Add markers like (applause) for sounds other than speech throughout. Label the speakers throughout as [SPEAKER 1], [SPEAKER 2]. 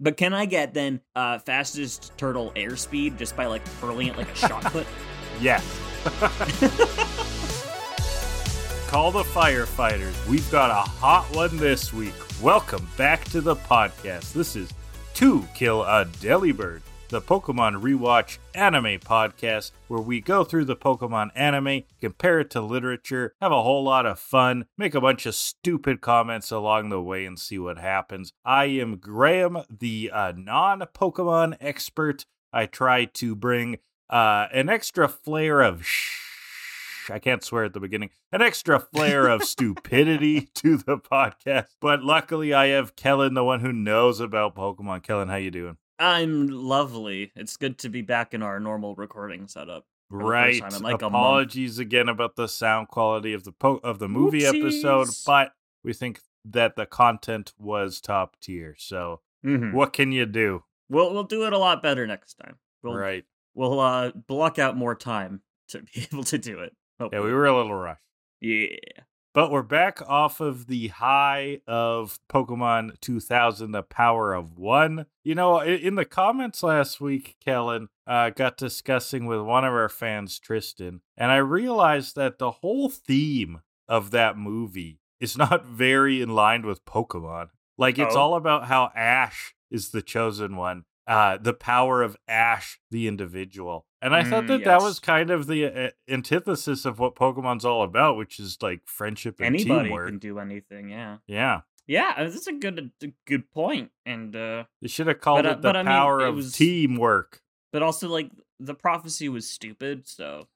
[SPEAKER 1] But can I get then uh, fastest turtle airspeed just by like hurling it like a shot
[SPEAKER 2] (laughs)
[SPEAKER 1] put?
[SPEAKER 2] Yes. Call the firefighters. We've got a hot one this week. Welcome back to the podcast. This is To Kill a Delibird, the Pokemon Rewatch anime podcast where we go through the Pokemon anime, compare it to literature, have a whole lot of fun, make a bunch of stupid comments along the way, and see what happens. I am Graham, the uh, non Pokemon expert. I try to bring uh, an extra flare of shh. I can't swear at the beginning. An extra flare
[SPEAKER 1] (laughs)
[SPEAKER 2] of stupidity to the podcast, but luckily I have Kellen, the one who knows about Pokemon. Kellen, how you doing?
[SPEAKER 1] I'm lovely. It's good to be back in our normal recording setup. the first
[SPEAKER 2] Right.
[SPEAKER 1] time in like a month.
[SPEAKER 2] Apologies again about the sound quality of the po- of the movie episode,
[SPEAKER 1] Oopsies.
[SPEAKER 2] but we think that the content was top tier. So
[SPEAKER 1] Mhm.
[SPEAKER 2] what can you do?
[SPEAKER 1] We'll we'll do it a lot better next time. We'll
[SPEAKER 2] right.
[SPEAKER 1] we'll uh, block out more time to be (laughs) able to do it. Oh,
[SPEAKER 2] Yeah, we were a little rushed.
[SPEAKER 1] Yeah.
[SPEAKER 2] But we're back off of the high of Pokemon 2000, the power of one. You know, i- in the comments last week, Kellen uh, got discussing with one of our fans, Tristan, and I realized that the whole theme of that movie is not (laughs) very in line with Pokemon. Like, it's
[SPEAKER 1] Oh.
[SPEAKER 2] all about how Ash is the chosen one. Uh, the power of Ash, the individual, and I thought
[SPEAKER 1] Mm,
[SPEAKER 2] that that
[SPEAKER 1] yes.
[SPEAKER 2] was kind of the uh, antithesis of what Pokemon's all about, which is like friendship and
[SPEAKER 1] Anybody
[SPEAKER 2] teamwork.
[SPEAKER 1] can do anything. Yeah.
[SPEAKER 2] Yeah,
[SPEAKER 1] Yeah. uh, That's a good a good point. And uh,
[SPEAKER 2] they should have called
[SPEAKER 1] But, uh,
[SPEAKER 2] it the
[SPEAKER 1] but I mean,
[SPEAKER 2] power
[SPEAKER 1] it
[SPEAKER 2] of
[SPEAKER 1] was-
[SPEAKER 2] teamwork.
[SPEAKER 1] (laughs) but also like the prophecy was stupid. So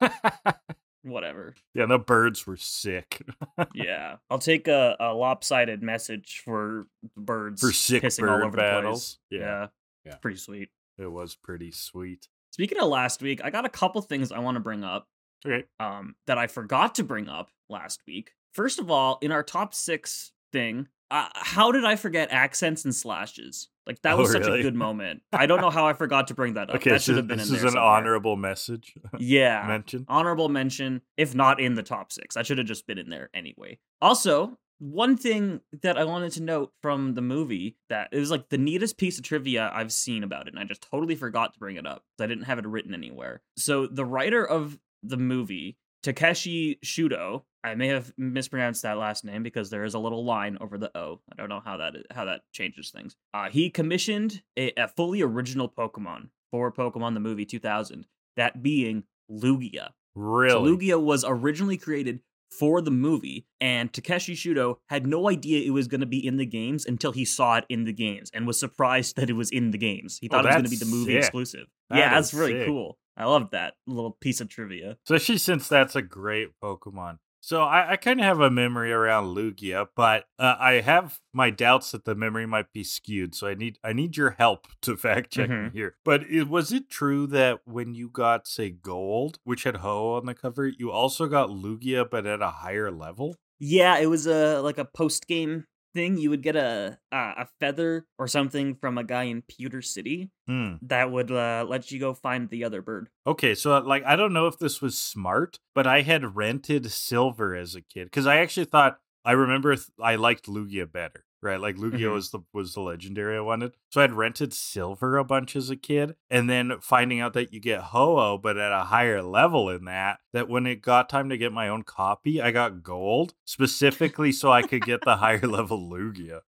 [SPEAKER 1] whatever.
[SPEAKER 2] Yeah, the birds were sick (laughs)
[SPEAKER 1] yeah. I'll take a, a lopsided message for birds
[SPEAKER 2] for sick
[SPEAKER 1] pissing
[SPEAKER 2] bird
[SPEAKER 1] all over
[SPEAKER 2] battles.
[SPEAKER 1] the place.
[SPEAKER 2] Yeah,
[SPEAKER 1] yeah.
[SPEAKER 2] Yeah.
[SPEAKER 1] It's pretty sweet.
[SPEAKER 2] it was pretty sweet.
[SPEAKER 1] Speaking of last week, I got a couple things I want to bring up
[SPEAKER 2] Okay,
[SPEAKER 1] um, that I forgot to bring up last week. First of all, in our top six thing, uh, how did I forget accents and slashes? Like that
[SPEAKER 2] Oh,
[SPEAKER 1] was such a
[SPEAKER 2] really?
[SPEAKER 1] good
[SPEAKER 2] (laughs)
[SPEAKER 1] moment. I don't know how I forgot to bring that up.
[SPEAKER 2] okay.
[SPEAKER 1] that
[SPEAKER 2] so
[SPEAKER 1] should have been
[SPEAKER 2] this
[SPEAKER 1] in
[SPEAKER 2] is
[SPEAKER 1] there
[SPEAKER 2] an
[SPEAKER 1] somewhere.
[SPEAKER 2] honorable message
[SPEAKER 1] Yeah,
[SPEAKER 2] mention.
[SPEAKER 1] honorable mention, if not in the top six. That should have just been in there anyway. Also, one thing that I wanted to note from the movie that it was like the neatest piece of trivia I've seen about it, and I just totally forgot to bring it up 'cause I didn't have it written anywhere. So the writer of the movie, Takeshi Shudo, I may have mispronounced that last name because there is a little line over the O. I don't know how that how that changes things. Uh, he commissioned a, a fully original Pokemon for Pokemon the movie 2000, that being Lugia. So
[SPEAKER 2] Really?
[SPEAKER 1] Lugia was originally created for the movie, and Takeshi Shudo had no idea it was going to be in the games until he saw it in the games and was surprised that it was in the games. He
[SPEAKER 2] Oh,
[SPEAKER 1] thought it was going to be
[SPEAKER 2] that's
[SPEAKER 1] the movie
[SPEAKER 2] sick.
[SPEAKER 1] exclusive.
[SPEAKER 2] That
[SPEAKER 1] yeah, that's
[SPEAKER 2] is
[SPEAKER 1] really
[SPEAKER 2] sick.
[SPEAKER 1] cool. I love that little piece of trivia.
[SPEAKER 2] So she since that's a great Pokemon. So I, I kind of have a memory around Lugia, but uh, I have my doubts that the memory might be skewed. So I need I need your help (laughs) to fact check me
[SPEAKER 1] Mhm.
[SPEAKER 2] here. But it, was it true that when you got say gold, which had Ho on the cover, you also got Lugia, but at a higher level?
[SPEAKER 1] Yeah, it was a like a post game thing. You would get a uh, a feather or something from a guy in Pewter City
[SPEAKER 2] Hmm.
[SPEAKER 1] that would uh, let you go find the other bird.
[SPEAKER 2] Okay, so like I don't know if this was smart, but I had rented silver as a kid because I actually thought I remember th- I liked Lugia better, right? Like Lugia
[SPEAKER 1] Mhm.
[SPEAKER 2] was the was the legendary I wanted, so I had rented silver a bunch as a kid, and then finding out that you get Ho-Oh, but at a higher level in that, that when it got time to get my own copy, I got gold specifically so I could get the higher (laughs) level Lugia.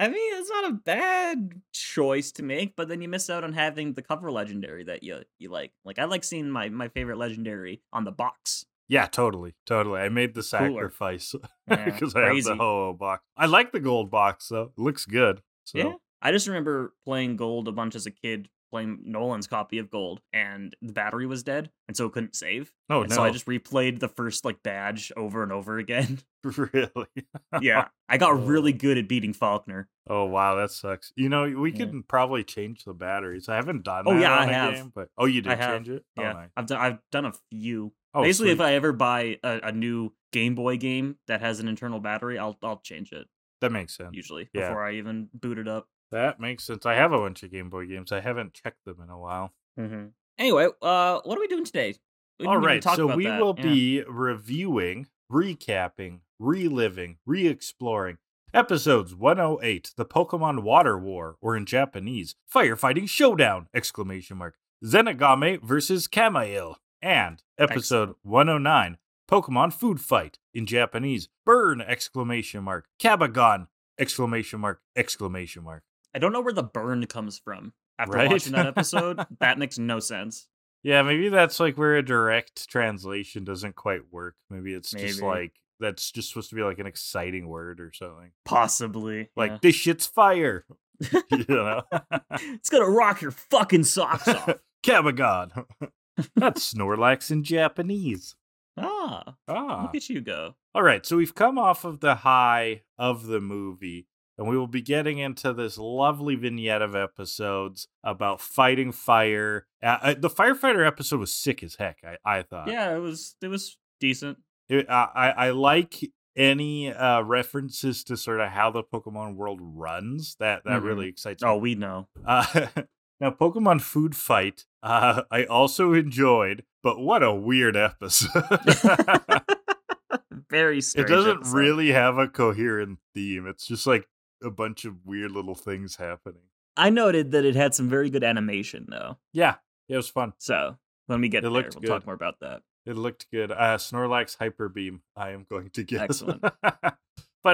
[SPEAKER 1] I mean, it's not a bad choice to make, but then you miss out on having the cover legendary that you you like. Like I like seeing my my favorite legendary on the
[SPEAKER 2] (laughs)
[SPEAKER 1] box.
[SPEAKER 2] Yeah, totally, totally. I made the
[SPEAKER 1] Cooler.
[SPEAKER 2] sacrifice (laughs)
[SPEAKER 1] Yeah,
[SPEAKER 2] because I have the Ho-Oh box. I like the gold box though; it looks good. So.
[SPEAKER 1] Yeah. I just remember playing Gold a bunch as a kid, playing Nolan's copy of Gold, and the battery was dead, and so it couldn't save.
[SPEAKER 2] Oh
[SPEAKER 1] and
[SPEAKER 2] no!
[SPEAKER 1] so I just replayed the first like badge over and over again.
[SPEAKER 2] (laughs)
[SPEAKER 1] (laughs)
[SPEAKER 2] really.
[SPEAKER 1] yeah, I
[SPEAKER 2] Oh.
[SPEAKER 1] got really good at beating Faulkner.
[SPEAKER 2] Oh wow, that sucks. You know, we
[SPEAKER 1] Yeah.
[SPEAKER 2] can probably change the batteries. I haven't done.
[SPEAKER 1] Oh,
[SPEAKER 2] that
[SPEAKER 1] yeah,
[SPEAKER 2] on
[SPEAKER 1] I
[SPEAKER 2] a
[SPEAKER 1] have.
[SPEAKER 2] Game, but oh, you did
[SPEAKER 1] I have.
[SPEAKER 2] change it.
[SPEAKER 1] Yeah,
[SPEAKER 2] Oh, nice.
[SPEAKER 1] I've done I've done a few.
[SPEAKER 2] oh
[SPEAKER 1] Basically, if
[SPEAKER 2] sweet.
[SPEAKER 1] I ever buy a, a new Game Boy game that has an internal battery, I'll I'll change it.
[SPEAKER 2] that makes sense.
[SPEAKER 1] usually
[SPEAKER 2] Um, Yeah.
[SPEAKER 1] before I even boot it up.
[SPEAKER 2] That makes sense. I have a bunch of Game Boy games. I haven't checked them in a while.
[SPEAKER 1] Mm-hmm. Anyway, uh, what are we doing today? We didn't
[SPEAKER 2] All
[SPEAKER 1] even
[SPEAKER 2] right,
[SPEAKER 1] talk
[SPEAKER 2] so
[SPEAKER 1] about
[SPEAKER 2] we
[SPEAKER 1] that.
[SPEAKER 2] will
[SPEAKER 1] Yeah.
[SPEAKER 2] be reviewing, recapping, reliving, re-exploring Episodes 108, The Pokemon Water War, or in Japanese, Firefighting Showdown! Exclamation mark. Zenigame versus Kamail. And episode 109, Pokemon Food Fight, in Japanese, Burn! Exclamation mark. Kabagon! Exclamation mark, exclamation mark.
[SPEAKER 1] I don't know where the burn comes from. After
[SPEAKER 2] Right?
[SPEAKER 1] watching that
[SPEAKER 2] (laughs)
[SPEAKER 1] episode, that makes no sense.
[SPEAKER 2] Yeah, maybe that's like where a direct translation doesn't quite work. Maybe it's just
[SPEAKER 1] Maybe.
[SPEAKER 2] like that's just supposed to be like an exciting word or something.
[SPEAKER 1] Possibly.
[SPEAKER 2] Like
[SPEAKER 1] yeah.
[SPEAKER 2] this shit's fire.
[SPEAKER 1] (laughs)
[SPEAKER 2] (laughs) you know. (laughs)
[SPEAKER 1] it's gonna rock your fucking socks off.
[SPEAKER 2] Kabagod. (laughs) that's Snorlax in Japanese.
[SPEAKER 1] ah, (laughs)
[SPEAKER 2] Ah.
[SPEAKER 1] look at you go.
[SPEAKER 2] All right, so we've come off of the high of the movie, and we will be getting into this lovely vignette of episodes about fighting fire. Uh, uh, the firefighter episode was sick as heck. I, I thought.
[SPEAKER 1] yeah, it was it was decent.
[SPEAKER 2] It- I, I I like any uh, references to sort of how the Pokemon world runs. That that
[SPEAKER 1] Mhm.
[SPEAKER 2] really excites me.
[SPEAKER 1] Oh, we
[SPEAKER 2] (laughs)
[SPEAKER 1] know.
[SPEAKER 2] Uh, now, Pokemon Food Fight, uh, I also enjoyed, but what a
[SPEAKER 1] (laughs)
[SPEAKER 2] weird episode.
[SPEAKER 1] (laughs) Very
[SPEAKER 2] it
[SPEAKER 1] strange.
[SPEAKER 2] doesn't
[SPEAKER 1] episode.
[SPEAKER 2] really have a coherent theme. It's just like a bunch of weird little things happening.
[SPEAKER 1] I noted that it had some very good animation though.
[SPEAKER 2] Yeah, it was fun.
[SPEAKER 1] So when we get
[SPEAKER 2] It
[SPEAKER 1] there, we'll
[SPEAKER 2] looked good.
[SPEAKER 1] talk more about that.
[SPEAKER 2] It looked good. Uh, Snorlax Hyper Beam, I am going to (laughs) guess.
[SPEAKER 1] Excellent.
[SPEAKER 2] but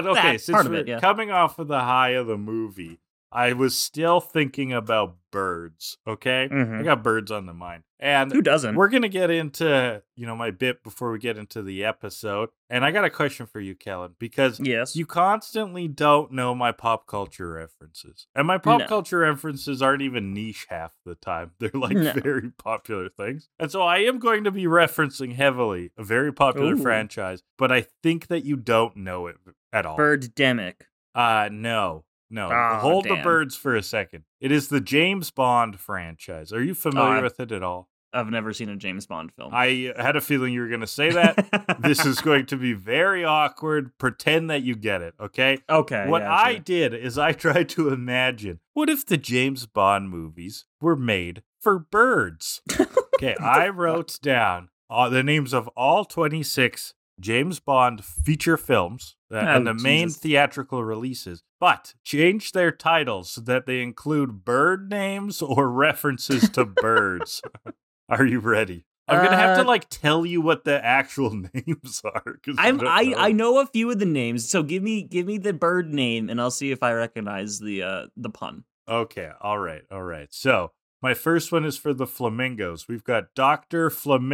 [SPEAKER 2] okay,
[SPEAKER 1] That
[SPEAKER 2] since
[SPEAKER 1] part of
[SPEAKER 2] we're
[SPEAKER 1] it, yeah.
[SPEAKER 2] coming off of the high of the movie, I was still thinking about birds, okay? I got birds on the mind. And
[SPEAKER 1] Mm-hmm. Who doesn't?
[SPEAKER 2] we're going to get into, you know, my bit before we get into the episode. And I got a question for you, Kellen, because
[SPEAKER 1] (laughs) yes.
[SPEAKER 2] you constantly don't know my pop culture references. And my pop
[SPEAKER 1] No.
[SPEAKER 2] culture references aren't even niche half the time. (laughs) They're like
[SPEAKER 1] No.
[SPEAKER 2] very popular things. And so I am going to be referencing heavily a very popular
[SPEAKER 1] Ooh.
[SPEAKER 2] franchise, but I think that you don't know it at
[SPEAKER 1] (laughs)
[SPEAKER 2] all.
[SPEAKER 1] Birdemic.
[SPEAKER 2] Uh no. No.
[SPEAKER 1] Ah,
[SPEAKER 2] Hold the
[SPEAKER 1] damn.
[SPEAKER 2] birds for a second. It is the James Bond franchise. Are you familiar
[SPEAKER 1] I-
[SPEAKER 2] with it at
[SPEAKER 1] (laughs)
[SPEAKER 2] all?
[SPEAKER 1] I've never seen a James Bond film.
[SPEAKER 2] I had a feeling you were going to say that.
[SPEAKER 1] (laughs)
[SPEAKER 2] this is going to be very awkward. Pretend that you get it, okay?
[SPEAKER 1] okay.
[SPEAKER 2] What
[SPEAKER 1] yeah,
[SPEAKER 2] I
[SPEAKER 1] sure.
[SPEAKER 2] did is I (laughs) tried to imagine what if the James Bond movies were made for birds?
[SPEAKER 1] (laughs)
[SPEAKER 2] okay, I wrote down uh, the names of all 26 James Bond feature films uh, and
[SPEAKER 1] Oh,
[SPEAKER 2] the main
[SPEAKER 1] Jesus.
[SPEAKER 2] theatrical releases, but change their titles so that they include bird names or references to
[SPEAKER 1] (laughs)
[SPEAKER 2] birds. (laughs) Are you ready? I'm gonna have to
[SPEAKER 1] Uh,
[SPEAKER 2] like tell you what the actual (laughs) names are. 'cause
[SPEAKER 1] I'm
[SPEAKER 2] don't
[SPEAKER 1] I,
[SPEAKER 2] know.
[SPEAKER 1] I know a few of the names, so give me give me the bird name and I'll see if I recognize the uh the pun.
[SPEAKER 2] Okay, all right, all right. So my first one is for the flamingos. We've got Doctor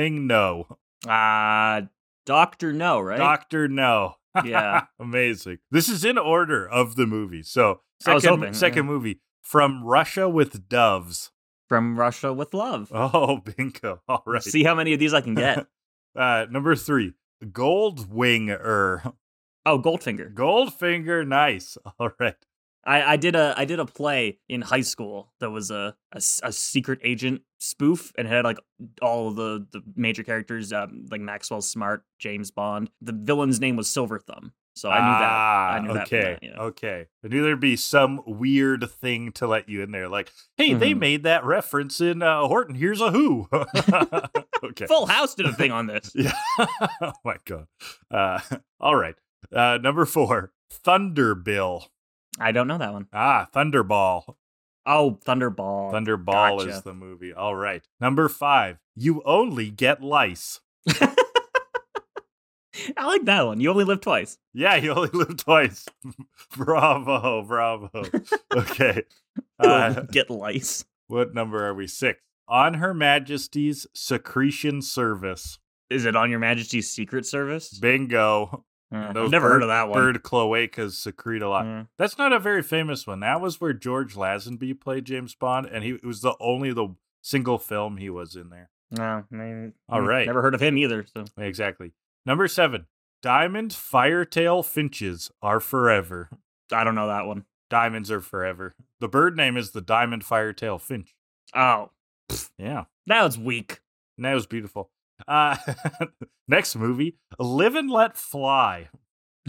[SPEAKER 2] Flamingo, Ah.
[SPEAKER 1] Uh Doctor No, right?
[SPEAKER 2] Doctor No.
[SPEAKER 1] Yeah.
[SPEAKER 2] (laughs) amazing. This is in order of the movie. So
[SPEAKER 1] I was
[SPEAKER 2] second,
[SPEAKER 1] hoping,
[SPEAKER 2] second movie from Russia with doves. (laughs)
[SPEAKER 1] From Russia with Love.
[SPEAKER 2] Oh, bingo! All right.
[SPEAKER 1] See how many of these I can
[SPEAKER 2] (laughs)
[SPEAKER 1] get.
[SPEAKER 2] uh, number three, Goldwinger, (laughs)
[SPEAKER 1] oh, Goldfinger.
[SPEAKER 2] Goldfinger. Nice. (laughs) All right.
[SPEAKER 1] I, I did a I did a play in high school that was a a, s- a secret agent spoof and had like all of the the major characters um, like Maxwell Smart, James Bond. The villain's name was Silver Thumb, so Oh, I knew that.
[SPEAKER 2] Ah,
[SPEAKER 1] I knew that from
[SPEAKER 2] okay.
[SPEAKER 1] that, yeah.
[SPEAKER 2] Okay. I knew there'd be some weird thing to let you in there. Like, hey, they
[SPEAKER 1] Mhm.
[SPEAKER 2] made that reference in uh, Horton. Here's a who. (laughs) okay.
[SPEAKER 1] Full House did a thing on this.
[SPEAKER 2] Yeah. (laughs) oh my god. Uh, (laughs) all right. Uh, number four, Thunderbill.
[SPEAKER 1] I don't know that one.
[SPEAKER 2] Ah, Thunderball.
[SPEAKER 1] Oh, Thunderball.
[SPEAKER 2] Thunderball
[SPEAKER 1] gotcha.
[SPEAKER 2] is the movie. All right. Number five, you only get lice.
[SPEAKER 1] I like that one. You only live twice.
[SPEAKER 2] Yeah, you only (laughs) live twice. bravo,
[SPEAKER 1] (laughs)
[SPEAKER 2] bravo. Okay. Uh,
[SPEAKER 1] Get lice.
[SPEAKER 2] What number are we? Six. On Her Majesty's Secretion Service.
[SPEAKER 1] Is it on Your Majesty's Secret Service?
[SPEAKER 2] Bingo.
[SPEAKER 1] Uh,
[SPEAKER 2] those
[SPEAKER 1] I've never heard of that one.
[SPEAKER 2] Bird cloacas secrete a lot.
[SPEAKER 1] Mm.
[SPEAKER 2] That's not a very famous one. That was where George Lazenby played James Bond, and he it was the only the single film he was in there.
[SPEAKER 1] No, maybe.
[SPEAKER 2] All right.
[SPEAKER 1] Never heard of him either. So
[SPEAKER 2] Exactly. Number seven. Diamond Firetail Finches are forever.
[SPEAKER 1] I don't know that one.
[SPEAKER 2] Diamonds are forever. The bird name is the Diamond Firetail Finch.
[SPEAKER 1] Oh,
[SPEAKER 2] Yeah.
[SPEAKER 1] that was weak.
[SPEAKER 2] And That was beautiful. Uh, (laughs) next movie, Live and Let Fly.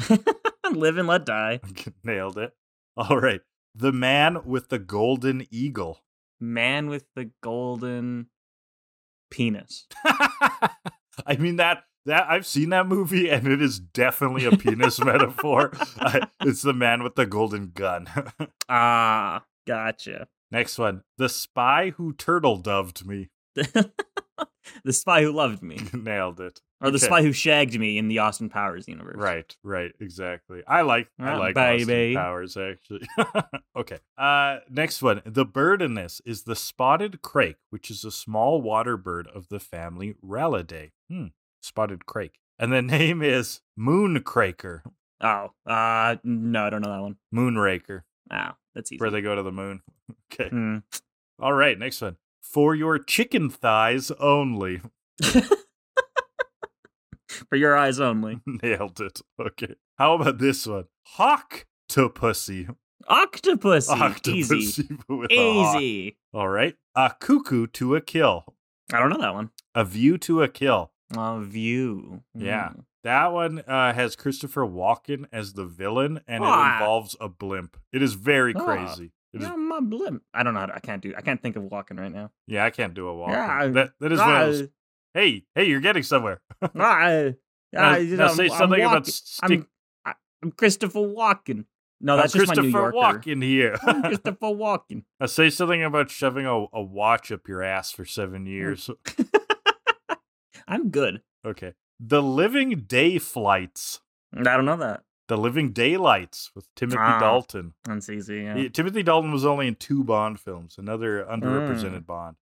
[SPEAKER 1] (laughs) Live and let die.
[SPEAKER 2] (laughs) Nailed it. All right. The Man with the Golden Eagle. (laughs)
[SPEAKER 1] Man with the golden penis.
[SPEAKER 2] I mean, that that I've seen that movie, and it is definitely a penis metaphor. I, it's the man with the golden gun. (laughs)
[SPEAKER 1] Ah, gotcha. (laughs)
[SPEAKER 2] Next one, the spy who turtle doved me. (laughs)
[SPEAKER 1] the spy who loved me,
[SPEAKER 2] Nailed it.
[SPEAKER 1] or the
[SPEAKER 2] Okay.
[SPEAKER 1] spy who shagged me in the Austin Powers universe.
[SPEAKER 2] Right, right, exactly. I like I
[SPEAKER 1] Ah,
[SPEAKER 2] like Austin
[SPEAKER 1] baby.
[SPEAKER 2] Powers actually. (laughs) okay. Uh next one. The bird in this is the spotted crake, which is a small water bird of the family Rallidae. Hmm. Spotted crake. And the (laughs) name is Mooncraker.
[SPEAKER 1] Oh, uh, no, I don't know that one.
[SPEAKER 2] Moonraker.
[SPEAKER 1] Ah, that's easy.
[SPEAKER 2] Where they go to the moon. (laughs) Okay.
[SPEAKER 1] Hmm.
[SPEAKER 2] All right, next one. For your chicken thighs only. (laughs)
[SPEAKER 1] For your eyes
[SPEAKER 2] (laughs)
[SPEAKER 1] only.
[SPEAKER 2] Nailed it. Okay. How about this one? Hawk to pussy.
[SPEAKER 1] Octopus.
[SPEAKER 2] Octopus
[SPEAKER 1] Easy.
[SPEAKER 2] (laughs) with a hawk.
[SPEAKER 1] Easy.
[SPEAKER 2] All right. A cuckoo to a kill.
[SPEAKER 1] I don't know that one.
[SPEAKER 2] A view to a kill.
[SPEAKER 1] Uh, view.
[SPEAKER 2] Yeah.
[SPEAKER 1] Mm.
[SPEAKER 2] That one uh, has Christopher Walken as the villain, and it
[SPEAKER 1] Ah.
[SPEAKER 2] involves a blimp. It is very
[SPEAKER 1] Ah.
[SPEAKER 2] crazy. It is,
[SPEAKER 1] Yeah, my blimp. I don't know. How to, I can't do. I can't think of walking right now.
[SPEAKER 2] yeah, I can't do a Walken.
[SPEAKER 1] Yeah.
[SPEAKER 2] That, that is one of those. Hey, hey, you're getting somewhere.
[SPEAKER 1] Ah, ah,
[SPEAKER 2] (laughs) Now-
[SPEAKER 1] ah, you
[SPEAKER 2] now
[SPEAKER 1] know,
[SPEAKER 2] say
[SPEAKER 1] I'm
[SPEAKER 2] something about
[SPEAKER 1] walking.
[SPEAKER 2] stick.
[SPEAKER 1] I'm, I- I'm Christopher Walken. No, that's
[SPEAKER 2] I'm
[SPEAKER 1] just my New
[SPEAKER 2] Christopher
[SPEAKER 1] Yorker.
[SPEAKER 2] Walken here.
[SPEAKER 1] (laughs)
[SPEAKER 2] (laughs)
[SPEAKER 1] I'm Christopher Walken.
[SPEAKER 2] I say something about shoving a, a watch up your ass for
[SPEAKER 1] Mm.
[SPEAKER 2] seven years.
[SPEAKER 1] I'm good.
[SPEAKER 2] okay. The Living Day Flights.
[SPEAKER 1] I don't know that.
[SPEAKER 2] The Living Daylights with Timothy
[SPEAKER 1] Ah.
[SPEAKER 2] Dalton.
[SPEAKER 1] That's easy. yeah. Mm.
[SPEAKER 2] Yeah, Timothy Dalton was only in two Bond films, another underrepresented Bond.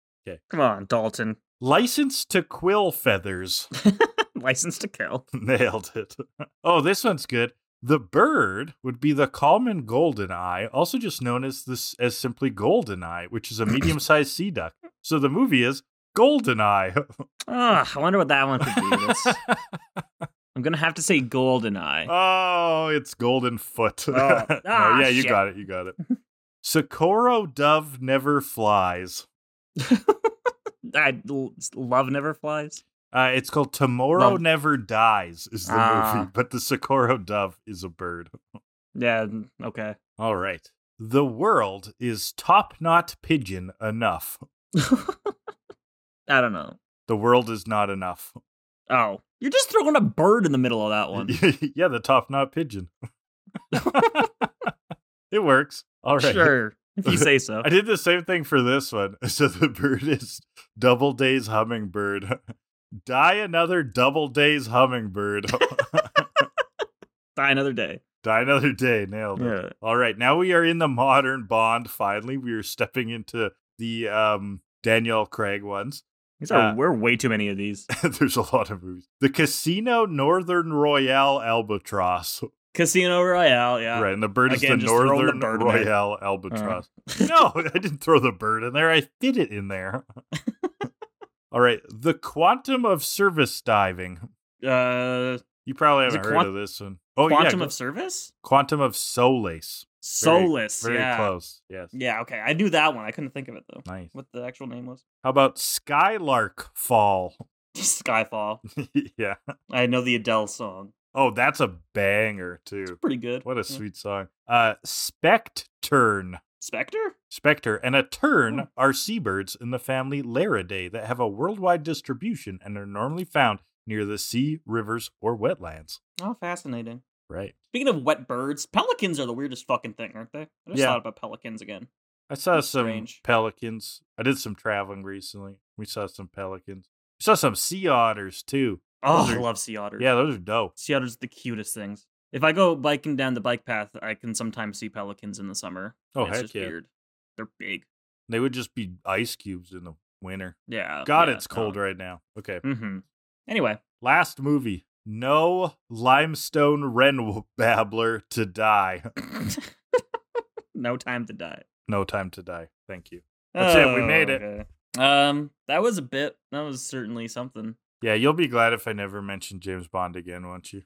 [SPEAKER 1] Come on, Dalton. (laughs)
[SPEAKER 2] License to Quill Feathers. (laughs)
[SPEAKER 1] License to kill.
[SPEAKER 2] Nailed it. (laughs) oh, this one's good. The bird would be the common golden eye, also just known as this as simply golden eye,
[SPEAKER 1] (coughs)
[SPEAKER 2] which is a medium-sized sea duck. So the movie is Golden Eye. (laughs)
[SPEAKER 1] Oh, Ugh, Ah, I wonder what that one could be. That's- (laughs) I'm gonna have to say Goldeneye.
[SPEAKER 2] oh, it's Golden Foot.
[SPEAKER 1] Oh.
[SPEAKER 2] (laughs) No,
[SPEAKER 1] Ah,
[SPEAKER 2] yeah, you
[SPEAKER 1] shit.
[SPEAKER 2] got it. You got it. Socorro dove never flies.
[SPEAKER 1] Uh, (laughs) I l- love never flies.
[SPEAKER 2] Uh, it's called Tomorrow
[SPEAKER 1] Well-
[SPEAKER 2] Never Dies is the
[SPEAKER 1] Ah.
[SPEAKER 2] movie, but the Socorro dove is a bird.
[SPEAKER 1] Yeah. n- Okay.
[SPEAKER 2] All right. The world is top knot pigeon enough.
[SPEAKER 1] I don't know.
[SPEAKER 2] The world is not enough.
[SPEAKER 1] Oh, you're just throwing a bird in the middle of that (laughs) one.
[SPEAKER 2] (laughs) yeah, the top knot pigeon. (laughs) it works. All right.
[SPEAKER 1] Sure, if (laughs) you say so.
[SPEAKER 2] I did the same thing for this one. (laughs) So the bird is Double Days Hummingbird. (laughs) Die another Double Days Hummingbird. (laughs)
[SPEAKER 1] Die another day.
[SPEAKER 2] Die another day. Nailed it.
[SPEAKER 1] Yeah.
[SPEAKER 2] All right, now we are in the modern Bond. Finally, we are stepping into the um, Daniel Craig ones. (laughs)
[SPEAKER 1] These are
[SPEAKER 2] Uh,
[SPEAKER 1] we're way too many of (laughs) these.
[SPEAKER 2] There's a lot of movies. The Casino Northern Royale Albatross.
[SPEAKER 1] Casino Royale. Yeah.
[SPEAKER 2] Right, and the bird
[SPEAKER 1] Again,
[SPEAKER 2] is the
[SPEAKER 1] just throwing the
[SPEAKER 2] Northern
[SPEAKER 1] bird in there.
[SPEAKER 2] Royale Albatross.
[SPEAKER 1] (laughs)
[SPEAKER 2] no, I didn't throw the bird in there. I fit it
[SPEAKER 1] (laughs)
[SPEAKER 2] in there. All right, the Quantum of Service Diving.
[SPEAKER 1] Uh,
[SPEAKER 2] You probably
[SPEAKER 1] Is it
[SPEAKER 2] haven't heard
[SPEAKER 1] quant-
[SPEAKER 2] of this one. Oh
[SPEAKER 1] Quantum
[SPEAKER 2] yeah,
[SPEAKER 1] of Service.
[SPEAKER 2] Quantum of Solace.
[SPEAKER 1] Soulless.
[SPEAKER 2] Very
[SPEAKER 1] yeah.
[SPEAKER 2] close. Yes.
[SPEAKER 1] Yeah. Okay. I knew that one. I couldn't think of it though.
[SPEAKER 2] Nice.
[SPEAKER 1] What the actual name was? (laughs)
[SPEAKER 2] How about Skylark Fall?
[SPEAKER 1] Skyfall.
[SPEAKER 2] (laughs) yeah.
[SPEAKER 1] I know the Adele song.
[SPEAKER 2] Oh, that's a banger too.
[SPEAKER 1] Pretty good.
[SPEAKER 2] What
[SPEAKER 1] Yeah.
[SPEAKER 2] a sweet song. Uh Spect turn.
[SPEAKER 1] Spectre?
[SPEAKER 2] Spectre and a
[SPEAKER 1] Hmm.
[SPEAKER 2] tern are seabirds in the family Laridae that have a worldwide distribution and are normally found near the sea, rivers, or wetlands.
[SPEAKER 1] Oh, fascinating.
[SPEAKER 2] Right.
[SPEAKER 1] Speaking of wet birds, pelicans are the weirdest fucking thing, aren't they? I just
[SPEAKER 2] Yeah.
[SPEAKER 1] thought about pelicans again.
[SPEAKER 2] I saw
[SPEAKER 1] That's
[SPEAKER 2] some
[SPEAKER 1] strange.
[SPEAKER 2] pelicans. I did some traveling recently. We saw some pelicans. We saw some sea otters too.
[SPEAKER 1] Oh,
[SPEAKER 2] Those
[SPEAKER 1] I
[SPEAKER 2] are-
[SPEAKER 1] love sea otters.
[SPEAKER 2] Yeah, those are dope.
[SPEAKER 1] Sea otters are the cutest things. If I go biking down the bike path, I can sometimes see pelicans in the summer.
[SPEAKER 2] Oh,
[SPEAKER 1] it's
[SPEAKER 2] heck
[SPEAKER 1] just
[SPEAKER 2] yeah.
[SPEAKER 1] weird. They're big.
[SPEAKER 2] They would just be ice cubes in the winter.
[SPEAKER 1] Yeah.
[SPEAKER 2] God,
[SPEAKER 1] Oh, yeah,
[SPEAKER 2] it's cold right now. Okay.
[SPEAKER 1] Mm-hmm. Anyway,
[SPEAKER 2] Last movie. No limestone wren babbler to die. (laughs)
[SPEAKER 1] (laughs) no time to die. Oh,
[SPEAKER 2] No time to die. Thank you. That's it, we made it.
[SPEAKER 1] okay. Um, that was a bit. That was certainly something.
[SPEAKER 2] Yeah, you'll be glad if I never mention James Bond again, won't you?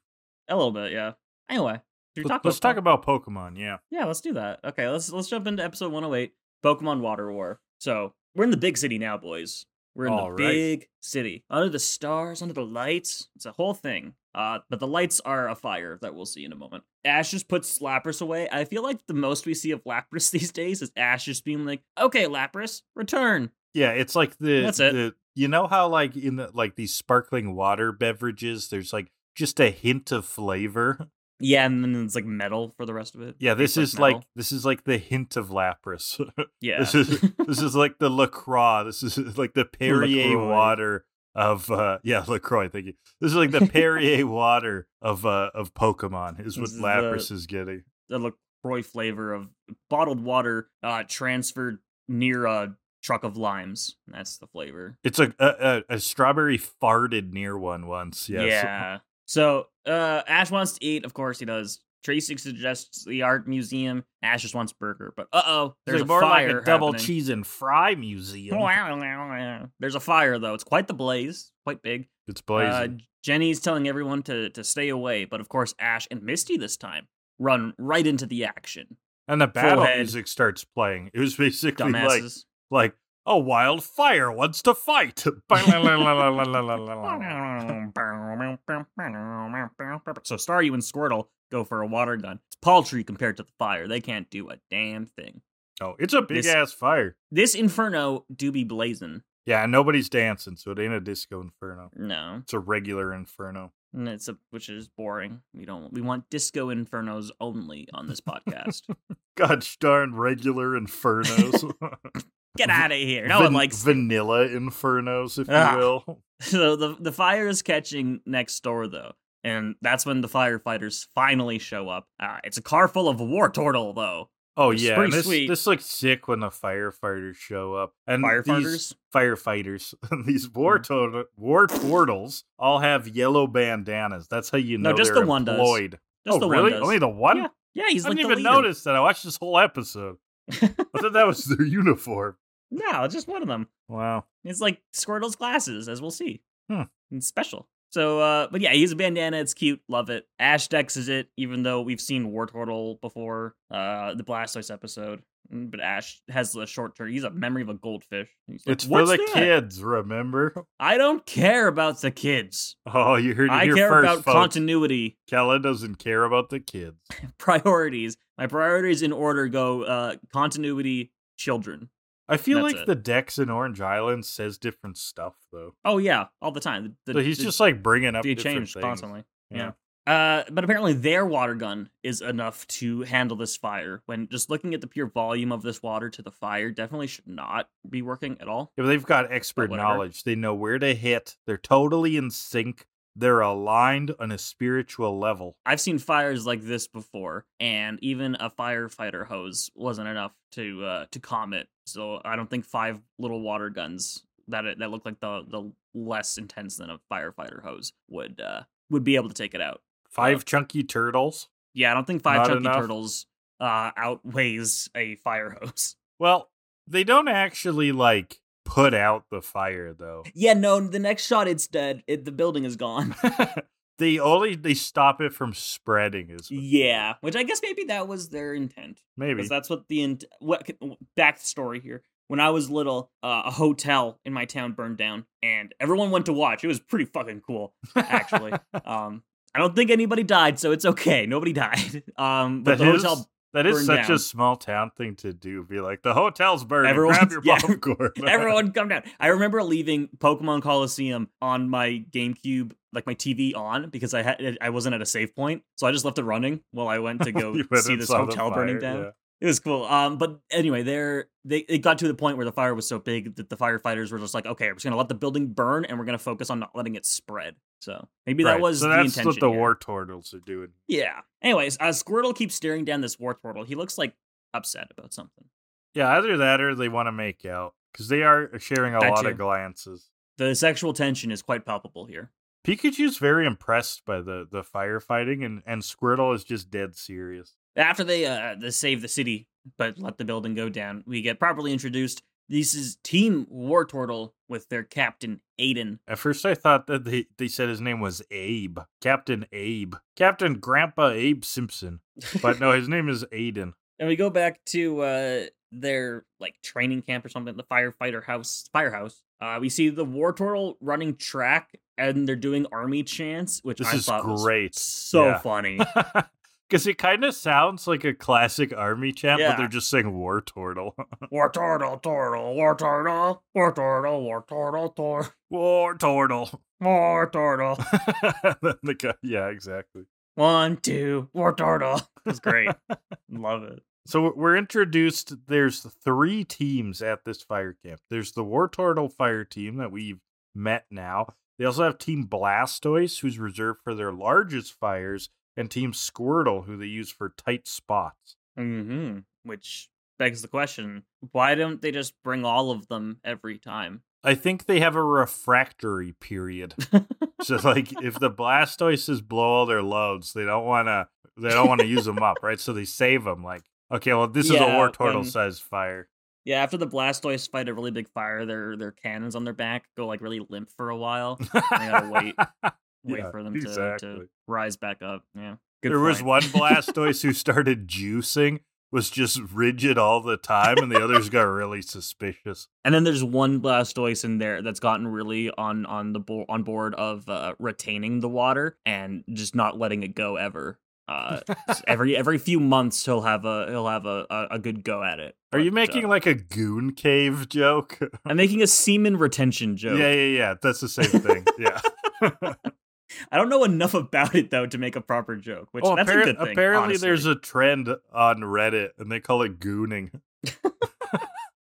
[SPEAKER 1] A little bit, yeah. Anyway, should we
[SPEAKER 2] Let-
[SPEAKER 1] talk
[SPEAKER 2] Let's
[SPEAKER 1] about
[SPEAKER 2] talk about Pokemon. Yeah.
[SPEAKER 1] Yeah, let's do that. Okay, let's let's jump into episode 108, Pokemon Water War. So we're in the big city now, boys. We're in
[SPEAKER 2] All
[SPEAKER 1] the
[SPEAKER 2] right.
[SPEAKER 1] big city. Under the stars, under the lights. It's a whole thing. Uh, but the lights are a fire that we'll see in a moment. Ash just puts Lapras away. I feel like the most we see of (laughs) Lapras these days is Ash just being like, okay, Lapras, return.
[SPEAKER 2] Yeah, it's like the
[SPEAKER 1] That's it.
[SPEAKER 2] the You know how like in the like these sparkling water beverages, there's like just a hint
[SPEAKER 1] (laughs)
[SPEAKER 2] of flavor.
[SPEAKER 1] Yeah, and then it's like metal for the rest of it.
[SPEAKER 2] Yeah, this
[SPEAKER 1] Tastes
[SPEAKER 2] is like
[SPEAKER 1] metal.
[SPEAKER 2] this is like the hint of Lapras. (laughs)
[SPEAKER 1] yeah.
[SPEAKER 2] This is this is like the Lacroix. This is (laughs) like the Perrier
[SPEAKER 1] LaCroix.
[SPEAKER 2] water of uh (laughs) yeah, Lacroix, thank you. This is like
[SPEAKER 1] (laughs)
[SPEAKER 2] the Perrier water of uh of Pokemon is what
[SPEAKER 1] This is the-
[SPEAKER 2] Lapras is getting.
[SPEAKER 1] (laughs) the LaCroix flavor of bottled water uh, transferred near a truck of limes. That's the flavor.
[SPEAKER 2] It's a, a a a strawberry farted near one once. Yes.
[SPEAKER 1] Yeah. So uh, Ash wants to eat. Of course he does. Tracy suggests the art museum. Ash just wants burger, but uh oh,
[SPEAKER 2] It's
[SPEAKER 1] there's
[SPEAKER 2] like
[SPEAKER 1] a
[SPEAKER 2] more like
[SPEAKER 1] fire
[SPEAKER 2] a double
[SPEAKER 1] happening.
[SPEAKER 2] cheese and fry museum.
[SPEAKER 1] There's a fire though. It's quite the blaze, quite big.
[SPEAKER 2] It's
[SPEAKER 1] Uh,
[SPEAKER 2] blazing.
[SPEAKER 1] Jenny's telling everyone to to stay away, but of course Ash and Misty this time run right into the action.
[SPEAKER 2] and the battle
[SPEAKER 1] head.
[SPEAKER 2] music starts playing. It was basically like
[SPEAKER 1] Dumbasses.
[SPEAKER 2] like a wild fire wants
[SPEAKER 1] (laughs)
[SPEAKER 2] to fight. (laughs)
[SPEAKER 1] (laughs) so Staryu and Squirtle go for a water gun. It's paltry compared to the fire. They can't do a damn thing.
[SPEAKER 2] oh, it's a big
[SPEAKER 1] This-
[SPEAKER 2] ass fire.
[SPEAKER 1] This inferno do be blazing.
[SPEAKER 2] Yeah, and nobody's dancing, so it ain't a disco inferno.
[SPEAKER 1] No,
[SPEAKER 2] It's a regular inferno.
[SPEAKER 1] and it's a, which is boring. We don't. We want disco infernos only on this (laughs) podcast.
[SPEAKER 2] Gosh darn
[SPEAKER 1] (laughs)
[SPEAKER 2] regular infernos. (laughs)
[SPEAKER 1] Get out of here. No
[SPEAKER 2] Van-
[SPEAKER 1] one likes.
[SPEAKER 2] vanilla infernos, if
[SPEAKER 1] Ah.
[SPEAKER 2] you will.
[SPEAKER 1] (laughs) So the the fire is catching next door though, and that's when the firefighters finally show up. Uh, it's a car full of war turtle though.
[SPEAKER 2] Oh
[SPEAKER 1] It's
[SPEAKER 2] yeah,
[SPEAKER 1] pretty
[SPEAKER 2] and this,
[SPEAKER 1] sweet.
[SPEAKER 2] this looks sick when the firefighters show up. And these
[SPEAKER 1] Firefighters. Mm.
[SPEAKER 2] firefighters, (laughs) these war turtle, war turtles, all have yellow bandanas. That's how you know
[SPEAKER 1] No, just
[SPEAKER 2] they're
[SPEAKER 1] the one does.
[SPEAKER 2] employed.
[SPEAKER 1] Just
[SPEAKER 2] oh,
[SPEAKER 1] the
[SPEAKER 2] really?
[SPEAKER 1] one does.
[SPEAKER 2] Only the one?
[SPEAKER 1] Yeah, yeah, he's
[SPEAKER 2] I
[SPEAKER 1] like
[SPEAKER 2] didn't
[SPEAKER 1] the
[SPEAKER 2] even
[SPEAKER 1] leader.
[SPEAKER 2] notice that. I watched this whole episode. I thought that
[SPEAKER 1] (laughs)
[SPEAKER 2] was their uniform.
[SPEAKER 1] No, just one of them.
[SPEAKER 2] Wow.
[SPEAKER 1] It's like Squirtle's glasses, as we'll see.
[SPEAKER 2] Hmm.
[SPEAKER 1] It's special. So, uh, but yeah, he's a bandana. It's cute. Love it. Ash Dex is it, even though we've seen War Turtle before, uh, the Blastoise episode. Mm, But Ash has a short term. He's a memory of a goldfish. He's like,
[SPEAKER 2] It's
[SPEAKER 1] "What's
[SPEAKER 2] for the
[SPEAKER 1] that?"
[SPEAKER 2] kids, remember? (laughs)
[SPEAKER 1] I don't care about the kids.
[SPEAKER 2] Oh, you heard it
[SPEAKER 1] I
[SPEAKER 2] here
[SPEAKER 1] care
[SPEAKER 2] first,
[SPEAKER 1] about
[SPEAKER 2] folks.
[SPEAKER 1] continuity (laughs)
[SPEAKER 2] Kella doesn't care about the kids.
[SPEAKER 1] priorities. My priorities in order go uh, continuity, children.
[SPEAKER 2] I feel
[SPEAKER 1] That's
[SPEAKER 2] like
[SPEAKER 1] it.
[SPEAKER 2] the Dex in Orange Island says different stuff, though.
[SPEAKER 1] Oh yeah, all the time. The-
[SPEAKER 2] so he's
[SPEAKER 1] the-
[SPEAKER 2] just like bringing up
[SPEAKER 1] They
[SPEAKER 2] different
[SPEAKER 1] changed
[SPEAKER 2] things.
[SPEAKER 1] constantly. Yeah. Uh, but apparently their water gun is enough to handle this fire. When just looking at the pure volume of this water to the fire, definitely should not be working at all.
[SPEAKER 2] Yeah, but they've got expert
[SPEAKER 1] whatever.
[SPEAKER 2] knowledge. They know where to hit. They're totally in sync. They're aligned on a spiritual level.
[SPEAKER 1] I've seen fires like this before, and even a firefighter hose wasn't enough to uh, to calm it. So I don't think five little water guns that that look like the the less intense than a firefighter hose would uh, would be able to take it out.
[SPEAKER 2] Five chunky turtles.
[SPEAKER 1] Yeah, I don't think five
[SPEAKER 2] Not
[SPEAKER 1] chunky
[SPEAKER 2] enough.
[SPEAKER 1] turtles uh, outweighs a fire hose. (laughs)
[SPEAKER 2] Well, they don't actually like put out the fire though. (laughs)
[SPEAKER 1] Yeah, no, the next shot it's dead. It, the building is gone.
[SPEAKER 2] they only they stop it from spreading is
[SPEAKER 1] yeah, which I guess maybe that was their intent.
[SPEAKER 2] maybe.
[SPEAKER 1] Because that's what the int- what backstory here. When I was little, uh, a hotel in my town burned down and everyone went to watch. It was pretty fucking cool, actually. um I don't think anybody died, so it's okay. Nobody (laughs) died. Um but
[SPEAKER 2] That
[SPEAKER 1] the
[SPEAKER 2] is-
[SPEAKER 1] hotel
[SPEAKER 2] (laughs) that is
[SPEAKER 1] burned
[SPEAKER 2] such
[SPEAKER 1] down.
[SPEAKER 2] a small town thing to do. Be like, the hotel's burning. Grab
[SPEAKER 1] Everyone's-
[SPEAKER 2] your
[SPEAKER 1] (laughs) yeah.
[SPEAKER 2] popcorn.
[SPEAKER 1] Everyone come down. I remember leaving Pokemon Coliseum on my GameCube, like my TV on, because I had I wasn't at a save point, so I just left it running while I
[SPEAKER 2] (laughs)
[SPEAKER 1] went to go
[SPEAKER 2] You went
[SPEAKER 1] see
[SPEAKER 2] and
[SPEAKER 1] this
[SPEAKER 2] saw the
[SPEAKER 1] hotel burning
[SPEAKER 2] fire,
[SPEAKER 1] down.
[SPEAKER 2] yeah.
[SPEAKER 1] It was cool. Um, but anyway, there they it got to the point where the fire was so big that the firefighters were just like, okay, we're just gonna let the building burn and we're gonna focus on not letting it spread. So maybe that
[SPEAKER 2] Right,
[SPEAKER 1] was
[SPEAKER 2] so
[SPEAKER 1] the
[SPEAKER 2] that's
[SPEAKER 1] intention.
[SPEAKER 2] what the
[SPEAKER 1] here.
[SPEAKER 2] war turtles are doing.
[SPEAKER 1] Yeah. Anyways, uh, Squirtle keeps staring down this war turtle. He looks like upset about something.
[SPEAKER 2] Yeah, either that or they want to make out because they are sharing a
[SPEAKER 1] That
[SPEAKER 2] lot
[SPEAKER 1] too.
[SPEAKER 2] of glances.
[SPEAKER 1] The sexual tension is quite palpable here.
[SPEAKER 2] Pikachu's very impressed by the the firefighting, and and Squirtle is just dead serious.
[SPEAKER 1] after they uh they save the city but let the building go down we get properly introduced this is team war turtle with their captain aiden
[SPEAKER 2] At first, I thought that they they said his name was Abe, Captain Abe, Captain Grandpa Abe Simpson, but no, his name is Aiden.
[SPEAKER 1] and we go back to uh their like training camp or something the firefighter house firehouse uh we see the war turtle running track and they're doing army chants which
[SPEAKER 2] This
[SPEAKER 1] i
[SPEAKER 2] is
[SPEAKER 1] thought was
[SPEAKER 2] great. (laughs)
[SPEAKER 1] so
[SPEAKER 2] Yeah.
[SPEAKER 1] funny
[SPEAKER 2] Because it kind of sounds like a classic army chant,
[SPEAKER 1] Yeah.
[SPEAKER 2] but they're just saying war turtle.
[SPEAKER 1] War turtle, turtle, war turtle, war turtle, war turtle, turtle,
[SPEAKER 2] (laughs) war turtle.
[SPEAKER 1] war turtle.
[SPEAKER 2] (laughs) Then the guy- yeah, exactly.
[SPEAKER 1] One, two, war
[SPEAKER 2] (laughs)
[SPEAKER 1] turtle. It's great. Love it.
[SPEAKER 2] So we're introduced. There's three teams at this fire camp. There's the War Turtle fire team that we've met now. They also have Team Blastoise, who's reserved for their largest fires, and Team Squirtle, who they use for tight spots.
[SPEAKER 1] Mm-hmm. Which begs the question: Why don't they just bring all of them every time? (laughs)
[SPEAKER 2] I think they have a refractory period. so like if the Blastoises blow all their loads, they don't want to they don't want to use them up, right? So they save them like okay, well this is a
[SPEAKER 1] Yeah,
[SPEAKER 2] war turtle
[SPEAKER 1] when-
[SPEAKER 2] size fire.
[SPEAKER 1] Yeah, after the Blastoise fight a really big fire, their their cannons on their back go like really limp for a
[SPEAKER 2] (laughs)
[SPEAKER 1] while. gotta wait. Wait
[SPEAKER 2] Yeah,
[SPEAKER 1] for them to,
[SPEAKER 2] exactly.
[SPEAKER 1] to rise back up. Yeah. Good
[SPEAKER 2] there was
[SPEAKER 1] point. (laughs)
[SPEAKER 2] one Blastoise who started juicing, was just rigid all the time, and the others got really suspicious.
[SPEAKER 1] And then there's one Blastoise in there that's gotten really on on the bo- on board of uh, retaining the water and just not letting it go ever. Uh,
[SPEAKER 2] (laughs)
[SPEAKER 1] every every few months he'll have a he'll have a, a, a good go at it.
[SPEAKER 2] Are you
[SPEAKER 1] But,
[SPEAKER 2] making
[SPEAKER 1] uh,
[SPEAKER 2] like a goon cave joke? (laughs)
[SPEAKER 1] I'm making a semen retention joke.
[SPEAKER 2] Yeah, yeah, yeah. That's the same thing.
[SPEAKER 1] (laughs)
[SPEAKER 2] Yeah. (laughs)
[SPEAKER 1] I don't know enough (laughs) about it though to make a proper joke, which
[SPEAKER 2] oh,
[SPEAKER 1] that's
[SPEAKER 2] appar-
[SPEAKER 1] a good thing.
[SPEAKER 2] apparently there's a trend on Reddit, and they call
[SPEAKER 1] (laughs)
[SPEAKER 2] it gooning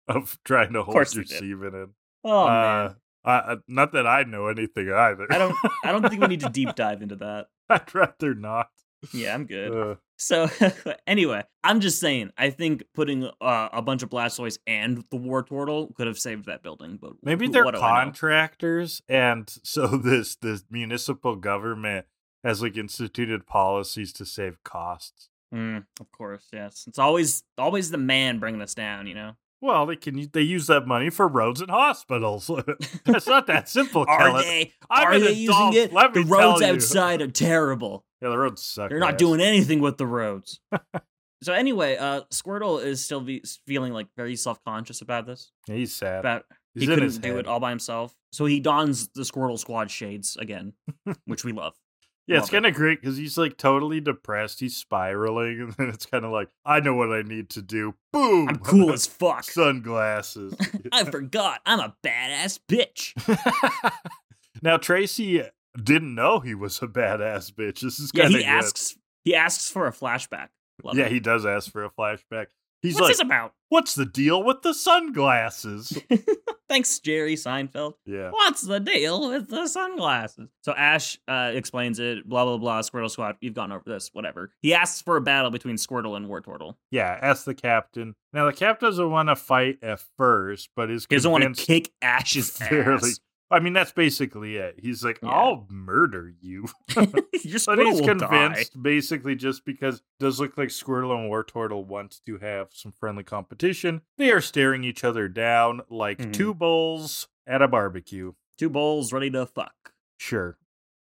[SPEAKER 2] of trying to hold
[SPEAKER 1] course
[SPEAKER 2] your
[SPEAKER 1] they did.
[SPEAKER 2] semen in.
[SPEAKER 1] oh man.
[SPEAKER 2] Uh, I, I- not that I know anything either.
[SPEAKER 1] I don't I don't think we need to deep dive into that.
[SPEAKER 2] (laughs) I'd rather not.
[SPEAKER 1] Yeah, I'm good.
[SPEAKER 2] Uh,
[SPEAKER 1] So (laughs) anyway, I'm just saying, I think putting uh, a bunch of Blastoise and the War Turtle could have saved that building, but
[SPEAKER 2] Maybe
[SPEAKER 1] wh-
[SPEAKER 2] they're
[SPEAKER 1] what do I know?
[SPEAKER 2] contractors, and (laughs) so this this municipal government has like instituted policies to save costs.
[SPEAKER 1] Mm, of course, yes. It's always always the man bringing us down, you know.
[SPEAKER 2] Well, they can they use that money for roads and hospitals. (laughs) That's not that simple,
[SPEAKER 1] Are
[SPEAKER 2] Kellen.
[SPEAKER 1] they
[SPEAKER 2] I'm
[SPEAKER 1] are
[SPEAKER 2] an
[SPEAKER 1] they using
[SPEAKER 2] adult,
[SPEAKER 1] it?
[SPEAKER 2] let
[SPEAKER 1] The
[SPEAKER 2] me
[SPEAKER 1] roads
[SPEAKER 2] tell you.
[SPEAKER 1] outside are
[SPEAKER 2] (laughs)
[SPEAKER 1] terrible.
[SPEAKER 2] Yeah, the roads suck.
[SPEAKER 1] They're not
[SPEAKER 2] ass.
[SPEAKER 1] doing anything with the
[SPEAKER 2] (laughs)
[SPEAKER 1] roads. so anyway, uh, Squirtle is still be- feeling like very self conscious about this.
[SPEAKER 2] He's sad.
[SPEAKER 1] About he
[SPEAKER 2] He's in
[SPEAKER 1] couldn't
[SPEAKER 2] his
[SPEAKER 1] do
[SPEAKER 2] head.
[SPEAKER 1] it all by himself, so he dons the Squirtle Squad shades
[SPEAKER 2] (laughs)
[SPEAKER 1] again, which we love.
[SPEAKER 2] Yeah, it's
[SPEAKER 1] Love it.
[SPEAKER 2] kind of great because he's like totally depressed. He's spiraling, (laughs) and then it's kind of like, I know what I need to do. Boom!
[SPEAKER 1] I'm cool
[SPEAKER 2] (laughs)
[SPEAKER 1] as fuck. (laughs)
[SPEAKER 2] Sunglasses.
[SPEAKER 1] I forgot. I'm a badass
[SPEAKER 2] (laughs)
[SPEAKER 1] bitch.
[SPEAKER 2] now Tracy didn't know he was a badass bitch. This is
[SPEAKER 1] Yeah,
[SPEAKER 2] kind of
[SPEAKER 1] he asks. He asks for a flashback. Love
[SPEAKER 2] Yeah,
[SPEAKER 1] it.
[SPEAKER 2] he does ask for a flashback. He's
[SPEAKER 1] What's
[SPEAKER 2] like,
[SPEAKER 1] this about?
[SPEAKER 2] "What's the deal with the sunglasses?"
[SPEAKER 1] (laughs) Thanks, Jerry Seinfeld.
[SPEAKER 2] yeah,
[SPEAKER 1] What's the deal with the sunglasses? So Ash uh, explains it. Blah blah blah. Squirtle Squad. You've gone over this. Whatever. He asks for a battle between Squirtle and Wartortle.
[SPEAKER 2] yeah. Ask the captain. Now the captain doesn't want to fight at first, but is
[SPEAKER 1] He doesn't want to
[SPEAKER 2] convinced-
[SPEAKER 1] kick (laughs)
[SPEAKER 2] (laughs)
[SPEAKER 1] Ash's
[SPEAKER 2] Fairly.
[SPEAKER 1] ass.
[SPEAKER 2] I mean, that's basically it. He's like,
[SPEAKER 1] Yeah.
[SPEAKER 2] "I'll murder you." (laughs)
[SPEAKER 1] Your
[SPEAKER 2] But
[SPEAKER 1] Squirtle
[SPEAKER 2] he's
[SPEAKER 1] will die.
[SPEAKER 2] convinced basically just because it does look like Squirtle and Wartortle want to have some friendly competition. They are staring each other down like
[SPEAKER 1] Mhm.
[SPEAKER 2] two bulls at a barbecue.
[SPEAKER 1] Two bowls ready to fuck.
[SPEAKER 2] Sure.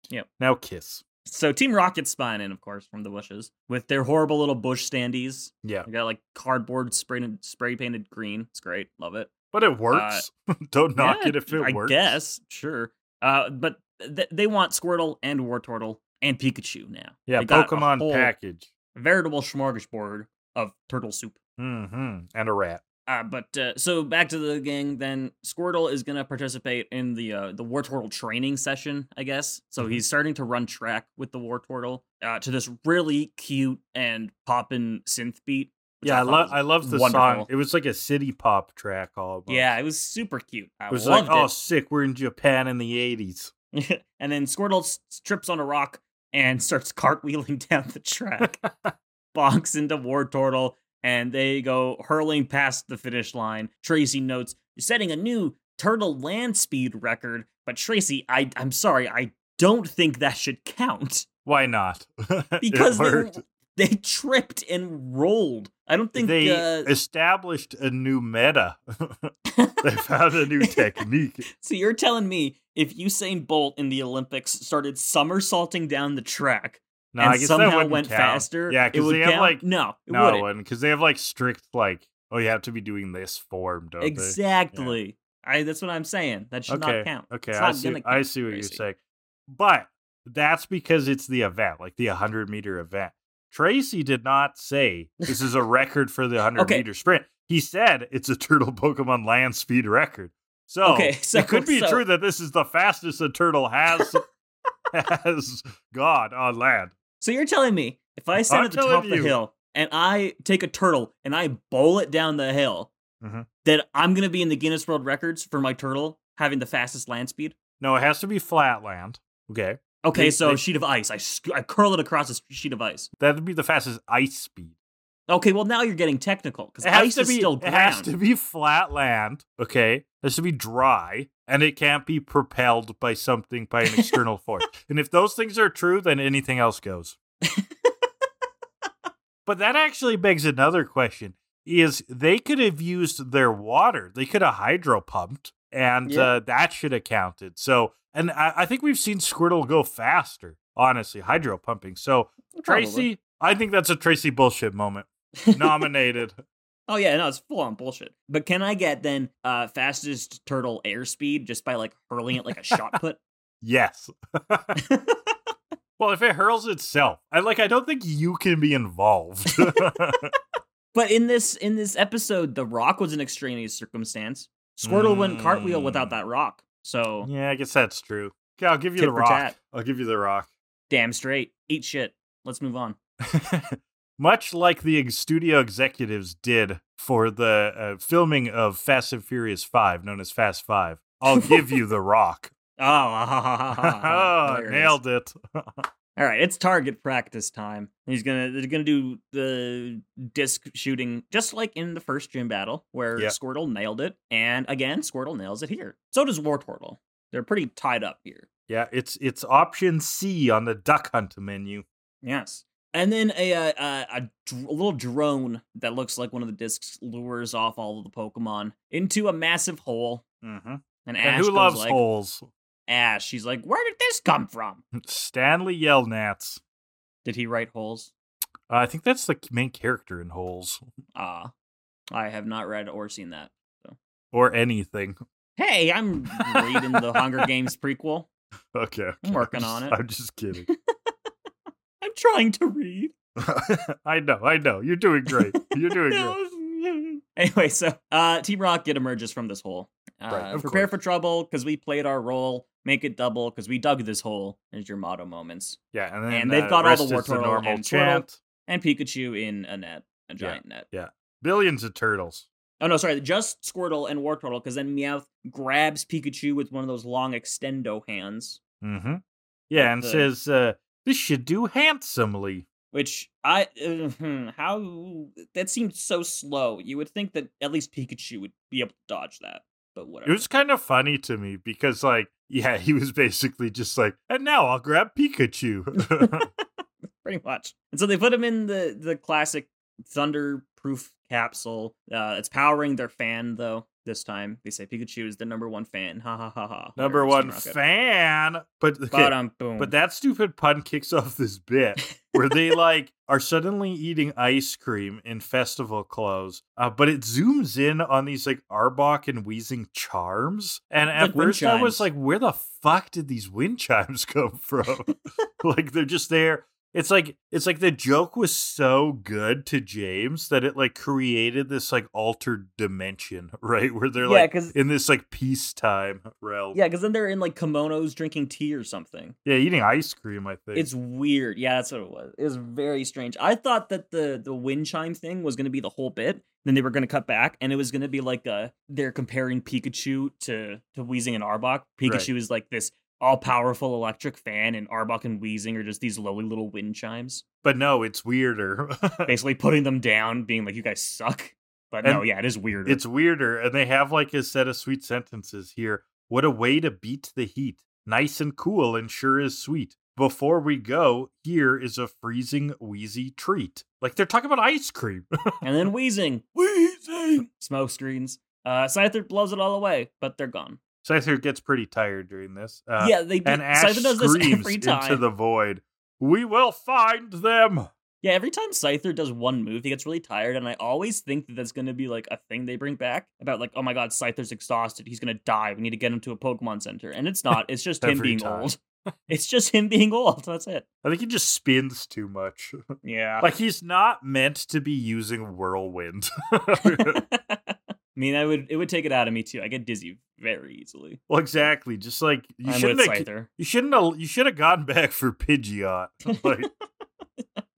[SPEAKER 1] Yep.
[SPEAKER 2] Now kiss.
[SPEAKER 1] So Team Rocket's spying in, of course, from the bushes with their horrible little bush standees.
[SPEAKER 2] Yeah.
[SPEAKER 1] I got like cardboard spray spray painted green. It's great. Love it.
[SPEAKER 2] But it works. (laughs) Don't knock
[SPEAKER 1] Uh, Yeah,
[SPEAKER 2] it if it
[SPEAKER 1] I
[SPEAKER 2] works.
[SPEAKER 1] guess sure. Uh, but th- they want Squirtle and Wartortle and Pikachu now.
[SPEAKER 2] Yeah,
[SPEAKER 1] They got a
[SPEAKER 2] Pokemon
[SPEAKER 1] whole
[SPEAKER 2] package.
[SPEAKER 1] veritable smorgasbord of turtle soup.
[SPEAKER 2] Mm-hmm. And a rat.
[SPEAKER 1] Uh, but uh, so back to the gang. Then Squirtle is gonna participate in the uh, the War Turtle training session, I guess. So
[SPEAKER 2] Mhm.
[SPEAKER 1] he's starting to run track with the War Turtle uh, to this really cute and poppin' synth beat. which
[SPEAKER 2] Yeah, I,
[SPEAKER 1] thought
[SPEAKER 2] love
[SPEAKER 1] was
[SPEAKER 2] I love the song.
[SPEAKER 1] wonderful.
[SPEAKER 2] It was like a city pop track all about.
[SPEAKER 1] Yeah, it was super cute. I
[SPEAKER 2] It was like,
[SPEAKER 1] loved
[SPEAKER 2] oh
[SPEAKER 1] it.
[SPEAKER 2] sick, we're in Japan in the eighties.
[SPEAKER 1] (laughs) and then Squirtle s- trips on a rock and (laughs) starts cartwheeling (laughs) down the
[SPEAKER 2] (laughs)
[SPEAKER 1] track, bonks into War Turtle, and they go hurling past the finish line. Tracy notes, setting a new turtle land speed record. But Tracy, I, I'm sorry, I don't think that should count
[SPEAKER 2] Why not? (laughs) It
[SPEAKER 1] because
[SPEAKER 2] worked.
[SPEAKER 1] they, (laughs) they tripped and rolled. I don't think
[SPEAKER 2] they
[SPEAKER 1] uh,
[SPEAKER 2] established a new meta. (laughs)
[SPEAKER 1] (laughs)
[SPEAKER 2] they found a new technique.
[SPEAKER 1] So you're telling me if Usain Bolt in the Olympics started somersaulting down the track
[SPEAKER 2] No,
[SPEAKER 1] and
[SPEAKER 2] I guess that
[SPEAKER 1] somehow
[SPEAKER 2] wouldn't
[SPEAKER 1] went
[SPEAKER 2] count.
[SPEAKER 1] faster,
[SPEAKER 2] Yeah,
[SPEAKER 1] it
[SPEAKER 2] because
[SPEAKER 1] would
[SPEAKER 2] they have
[SPEAKER 1] count?
[SPEAKER 2] like
[SPEAKER 1] no, it
[SPEAKER 2] no, it
[SPEAKER 1] wouldn't.
[SPEAKER 2] wouldn't. Because they have like strict like, oh, you have to be doing this form, don't
[SPEAKER 1] Exactly. I that's what I'm saying. That should
[SPEAKER 2] Okay,
[SPEAKER 1] not count.
[SPEAKER 2] they? Okay,
[SPEAKER 1] It's
[SPEAKER 2] I
[SPEAKER 1] not
[SPEAKER 2] see.
[SPEAKER 1] gonna
[SPEAKER 2] I
[SPEAKER 1] count,
[SPEAKER 2] see what you're
[SPEAKER 1] Tracy.
[SPEAKER 2] saying, but that's because it's the event, like the 100 meter event. Tracy did not say
[SPEAKER 1] (laughs)
[SPEAKER 2] this is a record for the 100
[SPEAKER 1] Okay.
[SPEAKER 2] meter sprint. He said it's a turtle Pokemon land speed record. So,
[SPEAKER 1] Okay, (laughs) so-
[SPEAKER 2] it could be
[SPEAKER 1] so-
[SPEAKER 2] true that this is the fastest a
[SPEAKER 1] (laughs)
[SPEAKER 2] turtle has (laughs) has gone on land.
[SPEAKER 1] So you're telling me if I stand
[SPEAKER 2] I'm
[SPEAKER 1] at the top
[SPEAKER 2] telling
[SPEAKER 1] of the
[SPEAKER 2] you.
[SPEAKER 1] hill and I take a turtle and I bowl it down the hill,
[SPEAKER 2] Mhm.
[SPEAKER 1] that I'm gonna be in the Guinness World Records for my turtle having the fastest land speed?
[SPEAKER 2] No, it has to be flat land. Okay,
[SPEAKER 1] Okay,
[SPEAKER 2] They-
[SPEAKER 1] so
[SPEAKER 2] they-
[SPEAKER 1] sheet of ice. I sc- I curl it across a s- sheet of ice.
[SPEAKER 2] that would be the fastest ice speed.
[SPEAKER 1] Okay, well now you're getting technical because
[SPEAKER 2] It has
[SPEAKER 1] ice
[SPEAKER 2] to
[SPEAKER 1] is
[SPEAKER 2] be,
[SPEAKER 1] still
[SPEAKER 2] It
[SPEAKER 1] ground.
[SPEAKER 2] has to be flat land. Okay, it has to be dry, and it can't be propelled by something by an
[SPEAKER 1] (laughs)
[SPEAKER 2] external force. And if those things are true, then anything else goes. but that actually begs another question: Is they could have used their water? They could have hydro pumped, and
[SPEAKER 1] Yeah.
[SPEAKER 2] uh, that should have counted. So, and I, I think we've seen Squirtle go faster. Honestly, hydro pumping. So
[SPEAKER 1] Probably. (laughs)
[SPEAKER 2] Tracy, I think that's a Tracy bullshit moment. Nominated.
[SPEAKER 1] Oh yeah, no, it's full on bullshit. But can I get then uh fastest turtle airspeed just by like hurling it like a
[SPEAKER 2] (laughs)
[SPEAKER 1] shot put?
[SPEAKER 2] Yes. (laughs) well, if it hurls itself, I like. I don't think you can be
[SPEAKER 1] (laughs)
[SPEAKER 2] involved.
[SPEAKER 1] But in this in this episode, the rock was an extraneous circumstance. Squirtle wouldn't cartwheel
[SPEAKER 2] Mm.
[SPEAKER 1] without that rock. So
[SPEAKER 2] yeah, I guess that's true. Okay, I'll give you
[SPEAKER 1] Tit
[SPEAKER 2] the
[SPEAKER 1] for
[SPEAKER 2] rock.
[SPEAKER 1] tat.
[SPEAKER 2] I'll give you the rock. (laughs)
[SPEAKER 1] damn straight. Eat shit. Let's move on.
[SPEAKER 2] Much like the ex- studio executives did for the uh, filming of Fast and Furious Five, known as Fast Five,
[SPEAKER 1] (laughs)
[SPEAKER 2] I'll give you the rock. (laughs)
[SPEAKER 1] Oh, ha, ha, ha, ha, (laughs) ha. There it is.
[SPEAKER 2] nailed it.
[SPEAKER 1] All right, it's target practice time. He's gonna they're gonna do the disc shooting just like in the first gym battle where
[SPEAKER 2] Yeah.
[SPEAKER 1] Squirtle nailed it, and again Squirtle nails it here. So does Wartortle. They're pretty tied up here.
[SPEAKER 2] Yeah, it's it's option C on the duck hunt menu.
[SPEAKER 1] Yes. And then a a, a, a dr- a little drone that looks like one of the discs lures off all of the Pokemon into a massive hole.
[SPEAKER 2] Mm-hmm.
[SPEAKER 1] And Ash
[SPEAKER 2] And who
[SPEAKER 1] goes
[SPEAKER 2] loves
[SPEAKER 1] like,
[SPEAKER 2] holes? (laughs)
[SPEAKER 1] Ash, she's like, where did this come from?
[SPEAKER 2] Stanley Yelnats.
[SPEAKER 1] Did he write holes?
[SPEAKER 2] Uh, I think that's the k- main character in Holes
[SPEAKER 1] Ah, I have not read or seen that.
[SPEAKER 2] or anything. (laughs)
[SPEAKER 1] Hey, I'm reading the Hunger Games prequel.
[SPEAKER 2] Okay, okay.
[SPEAKER 1] I'm working on
[SPEAKER 2] just-
[SPEAKER 1] it.
[SPEAKER 2] I'm just kidding. (laughs)
[SPEAKER 1] I'm trying to read.
[SPEAKER 2] I know, I know. You're doing great. You're doing
[SPEAKER 1] (laughs)
[SPEAKER 2] great.
[SPEAKER 1] anyway, so uh, Team Rocket emerges from this hole. Uh,
[SPEAKER 2] Right, of
[SPEAKER 1] prepare
[SPEAKER 2] course.
[SPEAKER 1] for trouble because we played our role. Make it double because we dug this hole. Is your motto moments
[SPEAKER 2] Yeah, and then
[SPEAKER 1] And they've
[SPEAKER 2] uh,
[SPEAKER 1] got all
[SPEAKER 2] rest
[SPEAKER 1] the War
[SPEAKER 2] is
[SPEAKER 1] Turtle
[SPEAKER 2] normal
[SPEAKER 1] and Squirtle.
[SPEAKER 2] chant.
[SPEAKER 1] and Pikachu in a net, a giant net.
[SPEAKER 2] Billions of turtles.
[SPEAKER 1] Oh no, sorry, just Squirtle and Wartortle because then Meowth grabs Pikachu with one of those long extendo hands,
[SPEAKER 2] Mm-hmm. Yeah, and
[SPEAKER 1] The-
[SPEAKER 2] says uh, this should do handsomely.
[SPEAKER 1] which I uh, hmm, how that seemed so slow. You would think that at least Pikachu would be able to dodge that, but
[SPEAKER 2] It
[SPEAKER 1] whatever.
[SPEAKER 2] was kind of funny to me because, like, yeah, he was basically just like, and now I'll grab
[SPEAKER 1] (laughs)
[SPEAKER 2] Pikachu.
[SPEAKER 1] pretty much. And so they put him in the the classic thunderproof capsule. Uh, it's powering their fan though. This time they say Pikachu is the number one fan. Ha ha ha ha.
[SPEAKER 2] (laughs) Number one fan, but okay,
[SPEAKER 1] Bottom boom.
[SPEAKER 2] But that stupid pun kicks off this bit
[SPEAKER 1] (laughs)
[SPEAKER 2] where they like are suddenly eating ice cream in festival clothes, uh, but it zooms in on these like Arbok and wheezing charms. And at
[SPEAKER 1] Like wind
[SPEAKER 2] first, I was
[SPEAKER 1] chimes.
[SPEAKER 2] like, "Where the fuck did these wind chimes (laughs) come from?"
[SPEAKER 1] (laughs)
[SPEAKER 2] like they're just there. It's like it's like the joke was so good to James that it like created this like altered dimension, (laughs) right? Where they're
[SPEAKER 1] yeah,
[SPEAKER 2] like
[SPEAKER 1] because
[SPEAKER 2] in this like peacetime realm.
[SPEAKER 1] yeah, because then they're in like kimonos drinking tea or something.
[SPEAKER 2] yeah, eating ice cream. I think
[SPEAKER 1] It's weird. Yeah, that's what it was. It was very strange. I thought that the the wind chime thing was going to be the whole bit. Then they were going to cut back, and it was going to be like uh they're comparing Pikachu to to Weezing and Arbok. Pikachu is like this all powerful electric fan, and Arbok and Weezing are just these lowly little wind chimes,
[SPEAKER 2] But no, it's weirder. (laughs)
[SPEAKER 1] basically putting them down, being like, "You guys suck." But no,
[SPEAKER 2] And
[SPEAKER 1] yeah, it is weird.
[SPEAKER 2] it's weirder. And they have like a set of sweet sentences here. What a way to beat the heat. Nice and cool and sure is sweet. Before we go, here is a freezing, wheezy treat. Like they're talking about ice cream. (laughs)
[SPEAKER 1] and then Weezing, Weezing, smoke screens. Uh, Scyther blows it all away, but they're gone.
[SPEAKER 2] Scyther gets pretty tired during this. Uh,
[SPEAKER 1] yeah, they do.
[SPEAKER 2] And Ash
[SPEAKER 1] (laughs) Scyther does this
[SPEAKER 2] screams
[SPEAKER 1] every time.
[SPEAKER 2] into the void. We will find them.
[SPEAKER 1] Yeah, every time Scyther does one move, he gets really tired, and I always think that that's going to be like a thing they bring back about like, oh
[SPEAKER 2] (laughs)
[SPEAKER 1] my god, Scyther's exhausted, he's going to die. We need to get him to a Pokemon Center, and it's not. It's just him
[SPEAKER 2] Every
[SPEAKER 1] being
[SPEAKER 2] time.
[SPEAKER 1] old. (laughs) It's just him being old. That's
[SPEAKER 2] (laughs)
[SPEAKER 1] it.
[SPEAKER 2] I think he just spins too much.
[SPEAKER 1] Yeah.
[SPEAKER 2] like he's not meant to be using whirlwind. (laughs)
[SPEAKER 1] (laughs) I mean, I would it would take it out of me too. I get dizzy very easily.
[SPEAKER 2] well, exactly. Just like you
[SPEAKER 1] I'm
[SPEAKER 2] shouldn't
[SPEAKER 1] with
[SPEAKER 2] have,
[SPEAKER 1] Scyther.
[SPEAKER 2] you shouldn't have, you should have gone (laughs) back for Pidgeot.
[SPEAKER 1] (laughs)
[SPEAKER 2] Like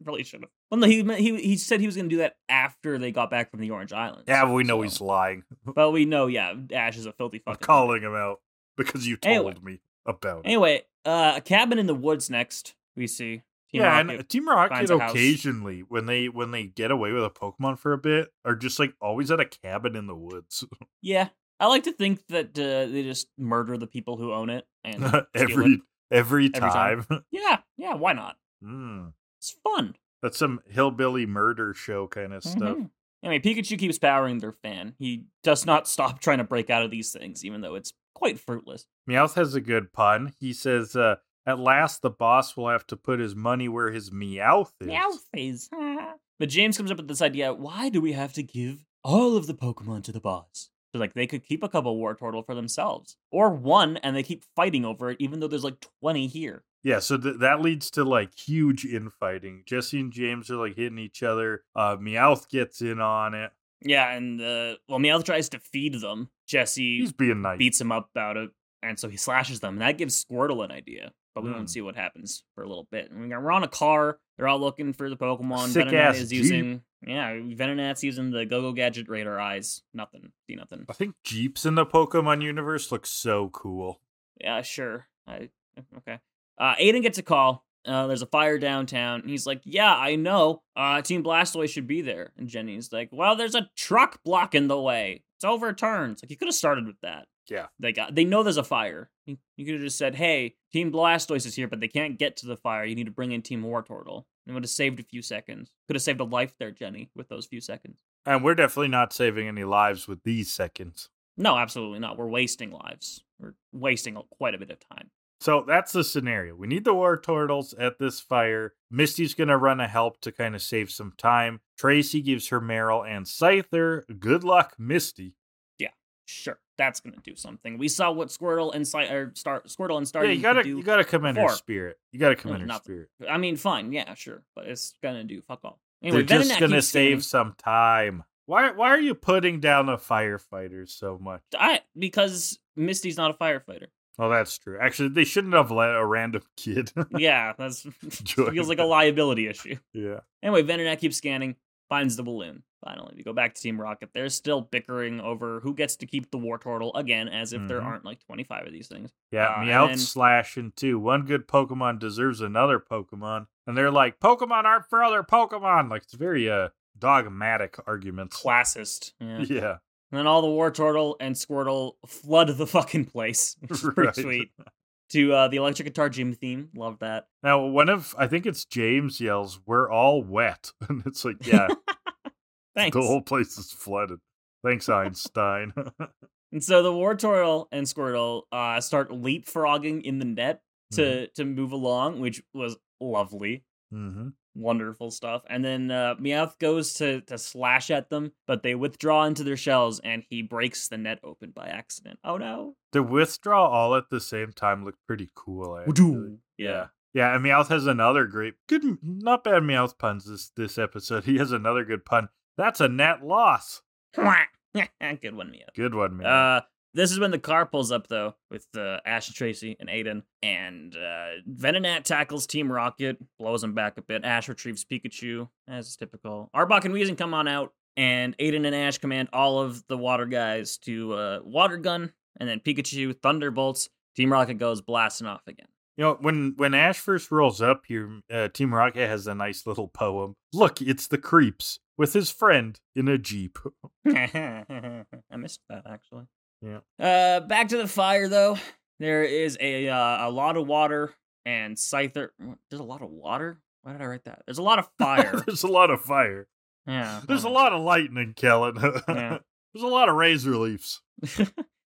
[SPEAKER 1] Probably should have. Well, no, he meant- he he said he was going to do that after they got back from the Orange Islands.
[SPEAKER 2] yeah, but we know
[SPEAKER 1] So- (laughs)
[SPEAKER 2] he's lying.
[SPEAKER 1] But we know, yeah, Ash is a filthy
[SPEAKER 2] I'm
[SPEAKER 1] fucking.
[SPEAKER 2] calling him out because you told
[SPEAKER 1] Anyway.
[SPEAKER 2] me about it.
[SPEAKER 1] Anyway, uh, a cabin in the woods next. We see. Team
[SPEAKER 2] yeah, uh
[SPEAKER 1] Rocket.
[SPEAKER 2] and Team Rocket
[SPEAKER 1] finds a house.
[SPEAKER 2] occasionally when they when they get away with a Pokemon for a bit are just like always at a cabin in the woods.
[SPEAKER 1] yeah. I like to think that uh, they just murder the people who own it
[SPEAKER 2] (laughs)
[SPEAKER 1] and steal it.
[SPEAKER 2] every every time. (laughs)
[SPEAKER 1] time. Yeah, yeah. Why not?
[SPEAKER 2] Mm.
[SPEAKER 1] It's fun.
[SPEAKER 2] That's some hillbilly murder show kind of stuff.
[SPEAKER 1] Mhm. Anyway, Pikachu keeps powering their fan. He does not (laughs) stop trying to break out of these things, even though it's quite fruitless.
[SPEAKER 2] Meowth has a good pun. He says, uh, "At last, the boss will have to put his money where his meowth is."
[SPEAKER 1] Meow phase. (laughs) but James comes up with this idea why do we have to give all of the Pokemon to the boss? So, like, they could keep a couple War Turtle for themselves, or one, and they keep fighting over it, even though there's like 20 here.
[SPEAKER 2] Yeah, so th- that leads to like huge infighting. Jesse and James are like hitting each other. Uh, Meowth gets in on it.
[SPEAKER 1] Yeah, and uh, well, Meowth tries to feed them. Jesse
[SPEAKER 2] He's being nice.
[SPEAKER 1] beats him up about it, and so he slashes them. And that gives Squirtle an idea, but we
[SPEAKER 2] Hmm.
[SPEAKER 1] won't see what happens for a little bit. And we're on a car. They're all looking for the Pokemon.
[SPEAKER 2] Sick
[SPEAKER 1] Venonat
[SPEAKER 2] ass
[SPEAKER 1] is
[SPEAKER 2] Jeep.
[SPEAKER 1] using yeah, Venonat's using the Go Go Gadget radar eyes. Nothing, see nothing.
[SPEAKER 2] I think Jeeps in the Pokemon universe look so cool.
[SPEAKER 1] Yeah, sure. I okay. Uh, Aiden gets a call. Uh, there's a fire downtown. And he's like, "Yeah, I know. Uh, Team Blastoise should be there." And Jenny's like, "Well, there's a truck blocking the way. It's overturned. Like you could have started with that."
[SPEAKER 2] Yeah.
[SPEAKER 1] They got. They know there's a fire. You could have just said, "Hey, Team Blastoise is here, but they can't get to the fire. You need to bring in Team Wartortle." And would have saved a few seconds. Could have saved a life there, Jenny, with those few seconds.
[SPEAKER 2] And we're definitely not saving any lives with these seconds.
[SPEAKER 1] No, absolutely not. We're wasting lives. We're wasting quite a bit of time.
[SPEAKER 2] So that's the scenario. We need the War Turtles at this fire. Misty's going to run a help to kind of save some time. Tracy gives her Meryl and Scyther. Good luck, Misty.
[SPEAKER 1] sure that's gonna do something we saw what squirtle and Sci- or star squirtle and star
[SPEAKER 2] yeah, you gotta
[SPEAKER 1] do
[SPEAKER 2] you gotta commend her
[SPEAKER 1] four.
[SPEAKER 2] spirit. You gotta
[SPEAKER 1] No,
[SPEAKER 2] commend her
[SPEAKER 1] nothing.
[SPEAKER 2] spirit.
[SPEAKER 1] i mean fine yeah sure but it's gonna do fuck all anyway
[SPEAKER 2] They're just
[SPEAKER 1] Venonat
[SPEAKER 2] gonna
[SPEAKER 1] keeps
[SPEAKER 2] save
[SPEAKER 1] saying-
[SPEAKER 2] some time. Why why are you putting down the firefighters so much?
[SPEAKER 1] I, because misty's not a
[SPEAKER 2] (laughs)
[SPEAKER 1] firefighter
[SPEAKER 2] Oh, that's true. Actually, they shouldn't have let a random (laughs) kid.
[SPEAKER 1] yeah that's (laughs)
[SPEAKER 2] Join
[SPEAKER 1] feels like a liability issue
[SPEAKER 2] yeah.
[SPEAKER 1] anyway Venonat keeps scanning finds the balloon finally we go back to team rocket they're still bickering over who gets to keep the war turtle again as if there
[SPEAKER 2] Mhm.
[SPEAKER 1] aren't like 25 of these things
[SPEAKER 2] Yeah,
[SPEAKER 1] Uh, and
[SPEAKER 2] Meowth
[SPEAKER 1] then-
[SPEAKER 2] slashing too. One good Pokemon deserves another Pokemon. And they're like, Pokemon aren't for other Pokemon. Like it's very uh dogmatic arguments. (laughs)
[SPEAKER 1] classist yeah.
[SPEAKER 2] Yeah.
[SPEAKER 1] And then all the War Turtle and Squirtle flood the fucking place, (laughs) which is pretty
[SPEAKER 2] Right.
[SPEAKER 1] sweet. To uh, the electric guitar gym theme, love that.
[SPEAKER 2] Now one of I think it's James yells, We're all wet. (laughs) And
[SPEAKER 1] (laughs)
[SPEAKER 2] it's like, Yeah,
[SPEAKER 1] Thanks.
[SPEAKER 2] the whole place is flooded.
[SPEAKER 1] (laughs)
[SPEAKER 2] Thanks, Einstein. (laughs)
[SPEAKER 1] And so the War Turtle and Squirtle uh, start leapfrogging in the net to
[SPEAKER 2] Mm-hmm.
[SPEAKER 1] to move along, which was lovely,
[SPEAKER 2] hmm
[SPEAKER 1] wonderful stuff. And then uh, Meowth goes to to slash at them, but they withdraw into their shells, and he breaks the net open by accident. Oh no!
[SPEAKER 2] The withdraw all at the same time looked pretty cool. Actually.
[SPEAKER 1] Wudoo. Yeah.
[SPEAKER 2] Yeah, and Meowth has another great good not bad Meowth puns this this episode. (laughs) He has another good pun. That's a net loss.
[SPEAKER 1] (laughs) Good one, Meowth.
[SPEAKER 2] Good one, man.
[SPEAKER 1] Uh, this is when the car pulls up though, with uh, Ash and Tracy and Aiden, and uh, Venonat tackles Team Rocket, blows him back a bit. Ash retrieves Pikachu, as is typical. Arbok and Weezing come on out, and Aiden and Ash command all of the water guys to uh, water gun, and then Pikachu thunderbolts. Team Rocket goes blasting off again.
[SPEAKER 2] you know, when when Ash first rolls up here, uh, Team Rocket has a nice little poem. Look, it's the creeps with his friend in a jeep. (laughs)
[SPEAKER 1] (laughs) I missed that actually.
[SPEAKER 2] Yeah.
[SPEAKER 1] Uh, back to the fire though. There is a uh, a lot of water and Scyther. There's a lot of water. Why did I write that? There's a lot of
[SPEAKER 2] (laughs)
[SPEAKER 1] fire.
[SPEAKER 2] There's a lot of fire.
[SPEAKER 1] yeah.
[SPEAKER 2] There's a lot of lightning, Kellen. (laughs)
[SPEAKER 1] Yeah.
[SPEAKER 2] There's a lot of razor leaves.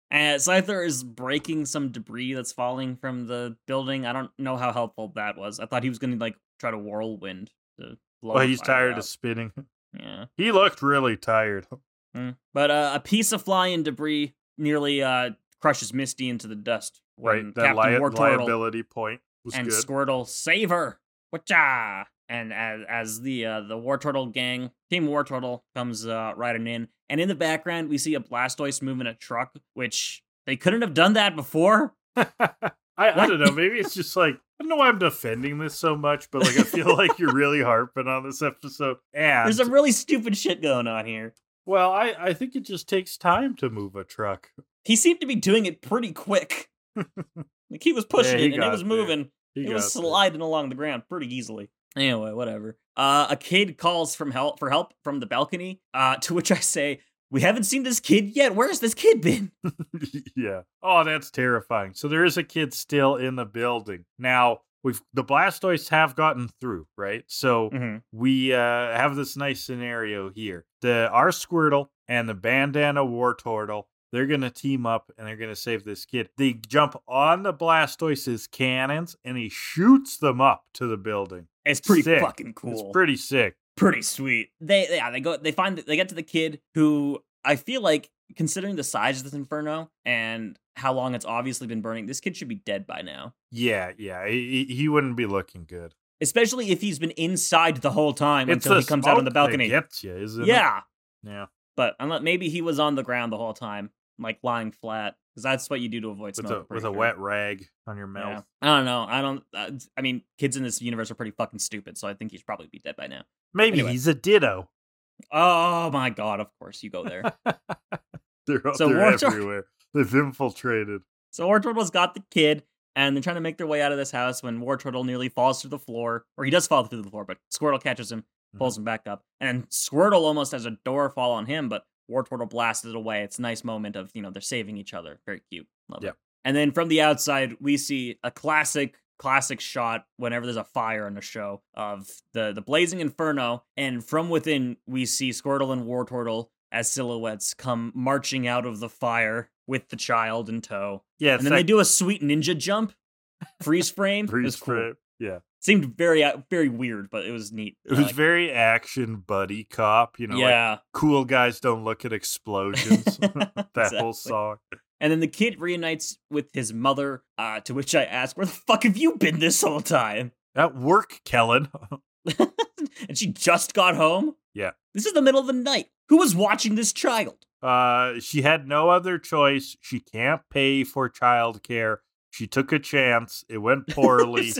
[SPEAKER 1] And Scyther is breaking some debris that's falling from the building. I don't know how helpful that was. I thought he was gonna like try to whirlwind to blow.
[SPEAKER 2] Well,
[SPEAKER 1] the
[SPEAKER 2] Oh, he's
[SPEAKER 1] fire
[SPEAKER 2] tired
[SPEAKER 1] out.
[SPEAKER 2] of spinning. (laughs)
[SPEAKER 1] yeah.
[SPEAKER 2] He looked really tired.
[SPEAKER 1] Mm. But uh, a piece of flying debris nearly uh, crushes Misty into the dust. when
[SPEAKER 2] right, that
[SPEAKER 1] Captain
[SPEAKER 2] li-
[SPEAKER 1] War Turtle
[SPEAKER 2] liability point was
[SPEAKER 1] and
[SPEAKER 2] good.
[SPEAKER 1] Squirtle save her. Whatcha? And as, as the uh, the War Turtle gang, Team War Turtle comes uh, riding in, and in the background we see a Blastoise moving a truck, which they couldn't have done that before.
[SPEAKER 2] I, (laughs) I don't know. Maybe it's just like I don't know why I'm defending this so much, but like I (laughs) feel like you're really harping on this episode. And
[SPEAKER 1] There's some really stupid shit going on here.
[SPEAKER 2] well, I I think it just takes time to move a truck.
[SPEAKER 1] He seemed to be doing it pretty
[SPEAKER 2] (laughs)
[SPEAKER 1] quick. like he was
[SPEAKER 2] Yeah,
[SPEAKER 1] pushing
[SPEAKER 2] he
[SPEAKER 1] it and it
[SPEAKER 2] got
[SPEAKER 1] was
[SPEAKER 2] there.
[SPEAKER 1] moving.
[SPEAKER 2] He
[SPEAKER 1] it was
[SPEAKER 2] got there.
[SPEAKER 1] sliding along the ground pretty easily. Anyway, whatever. Uh, a kid calls from help for help from the balcony. Uh, to which I say, "We haven't seen this kid yet. Where's this kid been?"
[SPEAKER 2] (laughs) yeah. Oh, that's terrifying. So there is a kid still in the building. Now, we've the Blastoise have gotten through, right? So we uh, have this nice scenario here. The our Squirtle and the Bandana War Turtle, they're gonna team up and they're gonna save this kid. They jump on the Blastoise's cannons and he shoots them up to the building.
[SPEAKER 1] It's pretty
[SPEAKER 2] Sick.
[SPEAKER 1] fucking cool.
[SPEAKER 2] It's pretty sick.
[SPEAKER 1] pretty sweet. They yeah they go they find they get to the kid who I feel like considering the size of this inferno and how long it's obviously been burning, this kid should be dead by now.
[SPEAKER 2] Yeah, yeah. He, he- he wouldn't be looking good.
[SPEAKER 1] Especially if he's been inside the whole time
[SPEAKER 2] It's
[SPEAKER 1] until
[SPEAKER 2] the
[SPEAKER 1] he comes out on
[SPEAKER 2] smoke
[SPEAKER 1] the
[SPEAKER 2] that
[SPEAKER 1] balcony.
[SPEAKER 2] Gets you, isn't it?
[SPEAKER 1] Yeah.
[SPEAKER 2] Yeah.
[SPEAKER 1] but unless maybe he was on the ground the whole time, like lying flat, because that's what you do to avoid
[SPEAKER 2] With
[SPEAKER 1] smoke.
[SPEAKER 2] a
[SPEAKER 1] I'm
[SPEAKER 2] with
[SPEAKER 1] pretty
[SPEAKER 2] a
[SPEAKER 1] sure.
[SPEAKER 2] wet rag on your
[SPEAKER 1] Yeah.
[SPEAKER 2] mouth.
[SPEAKER 1] I don't know. I don't. Uh, I mean, kids in this universe are pretty fucking stupid, so I think he's probably be dead by now.
[SPEAKER 2] Maybe
[SPEAKER 1] Anyway.
[SPEAKER 2] he's a ditto.
[SPEAKER 1] Oh my god! Of course you go there.
[SPEAKER 2] (laughs) They're,
[SPEAKER 1] So
[SPEAKER 2] they're
[SPEAKER 1] War Turtle-
[SPEAKER 2] everywhere. They've infiltrated.
[SPEAKER 1] so War Turtle's got the kid, and they're trying to make their way out of this house when War Turtle nearly falls through the floor, or he does fall through the floor, but Squirtle catches him, pulls him back up, and Squirtle almost has a door fall on him, but War Turtle blasts it away. It's a nice moment of you know they're saving each other. Very cute. Love
[SPEAKER 2] Yeah.
[SPEAKER 1] it. And then from the outside, we see a classic, classic shot whenever there's a fire on a show of the the blazing inferno, and from within we see Squirtle and War Turtle as silhouettes come marching out of the fire with the child in tow,
[SPEAKER 2] Yeah,
[SPEAKER 1] and then they do a sweet ninja jump, freeze
[SPEAKER 2] (laughs)
[SPEAKER 1] frame. it was cool.
[SPEAKER 2] Yeah,
[SPEAKER 1] Seemed very uh, very weird, but it was neat.
[SPEAKER 2] it
[SPEAKER 1] I
[SPEAKER 2] was
[SPEAKER 1] liked
[SPEAKER 2] very action buddy cop. You know, like
[SPEAKER 1] yeah.
[SPEAKER 2] cool guys don't look at
[SPEAKER 1] (laughs)
[SPEAKER 2] explosions. (laughs) that whole
[SPEAKER 1] Exactly.
[SPEAKER 2] song.
[SPEAKER 1] And then the kid reunites with his mother, uh, to which I ask, Where the fuck have you been this whole time? (laughs)
[SPEAKER 2] At work, Kellen. (laughs)
[SPEAKER 1] and she just got home?
[SPEAKER 2] Yeah.
[SPEAKER 1] This is the middle of the night. Who was watching this child? (laughs)
[SPEAKER 2] Uh, she had no other choice. She can't pay for childcare. She took a chance.
[SPEAKER 1] (laughs)
[SPEAKER 2] It went poorly.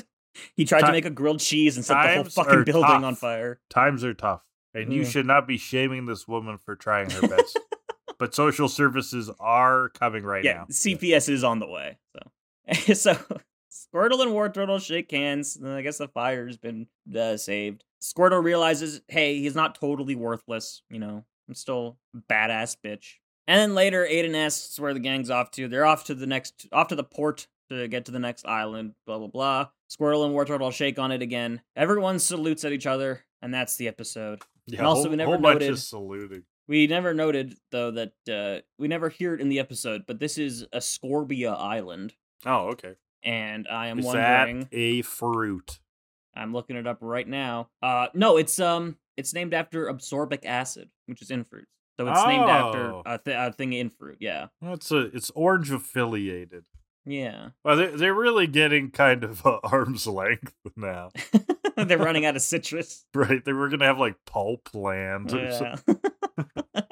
[SPEAKER 1] he tried
[SPEAKER 2] Ti-
[SPEAKER 1] to make a grilled cheese and set the whole
[SPEAKER 2] times
[SPEAKER 1] fucking
[SPEAKER 2] are
[SPEAKER 1] building
[SPEAKER 2] tough.
[SPEAKER 1] on fire.
[SPEAKER 2] Times are tough, and you
[SPEAKER 1] Yeah.
[SPEAKER 2] should not be shaming this woman for trying
[SPEAKER 1] (laughs)
[SPEAKER 2] her best. but social services are coming right
[SPEAKER 1] yeah,
[SPEAKER 2] now.
[SPEAKER 1] CPS is on the way. So, (laughs) so Squirtle and War Turtle shake hands. And I guess the fire's been uh, saved. Squirtle realizes, hey, he's not totally worthless. You know, I'm still a badass bitch. And then later, Aiden asks where the gang's off to. They're off to the next, off to the port to get to the next island. Blah blah blah. Squirtle and War Turtle shake on it again. Everyone salutes at each other, and that's the episode.
[SPEAKER 2] Yeah,
[SPEAKER 1] And also
[SPEAKER 2] whole,
[SPEAKER 1] we never
[SPEAKER 2] whole bunch
[SPEAKER 1] noted-
[SPEAKER 2] of saluting.
[SPEAKER 1] We never noted though that uh, we never hear it in the episode, but this is a Scorbia Island.
[SPEAKER 2] Oh, okay.
[SPEAKER 1] and I am
[SPEAKER 2] Is
[SPEAKER 1] wondering.
[SPEAKER 2] that a fruit?
[SPEAKER 1] I'm looking it up right now. Uh, no, it's um, it's named after absorbic acid, which is in fruit. So it's named
[SPEAKER 2] Oh.
[SPEAKER 1] after a, th- a thing in fruit. Yeah,
[SPEAKER 2] Well, It's a it's orange affiliated.
[SPEAKER 1] yeah. (laughs)
[SPEAKER 2] Well, they're, they're really getting kind of uh, (laughs) arm's length now,
[SPEAKER 1] They're running out of
[SPEAKER 2] (laughs)
[SPEAKER 1] citrus.
[SPEAKER 2] right? They were gonna have like pulp land. Or something.
[SPEAKER 1] Yeah. (laughs)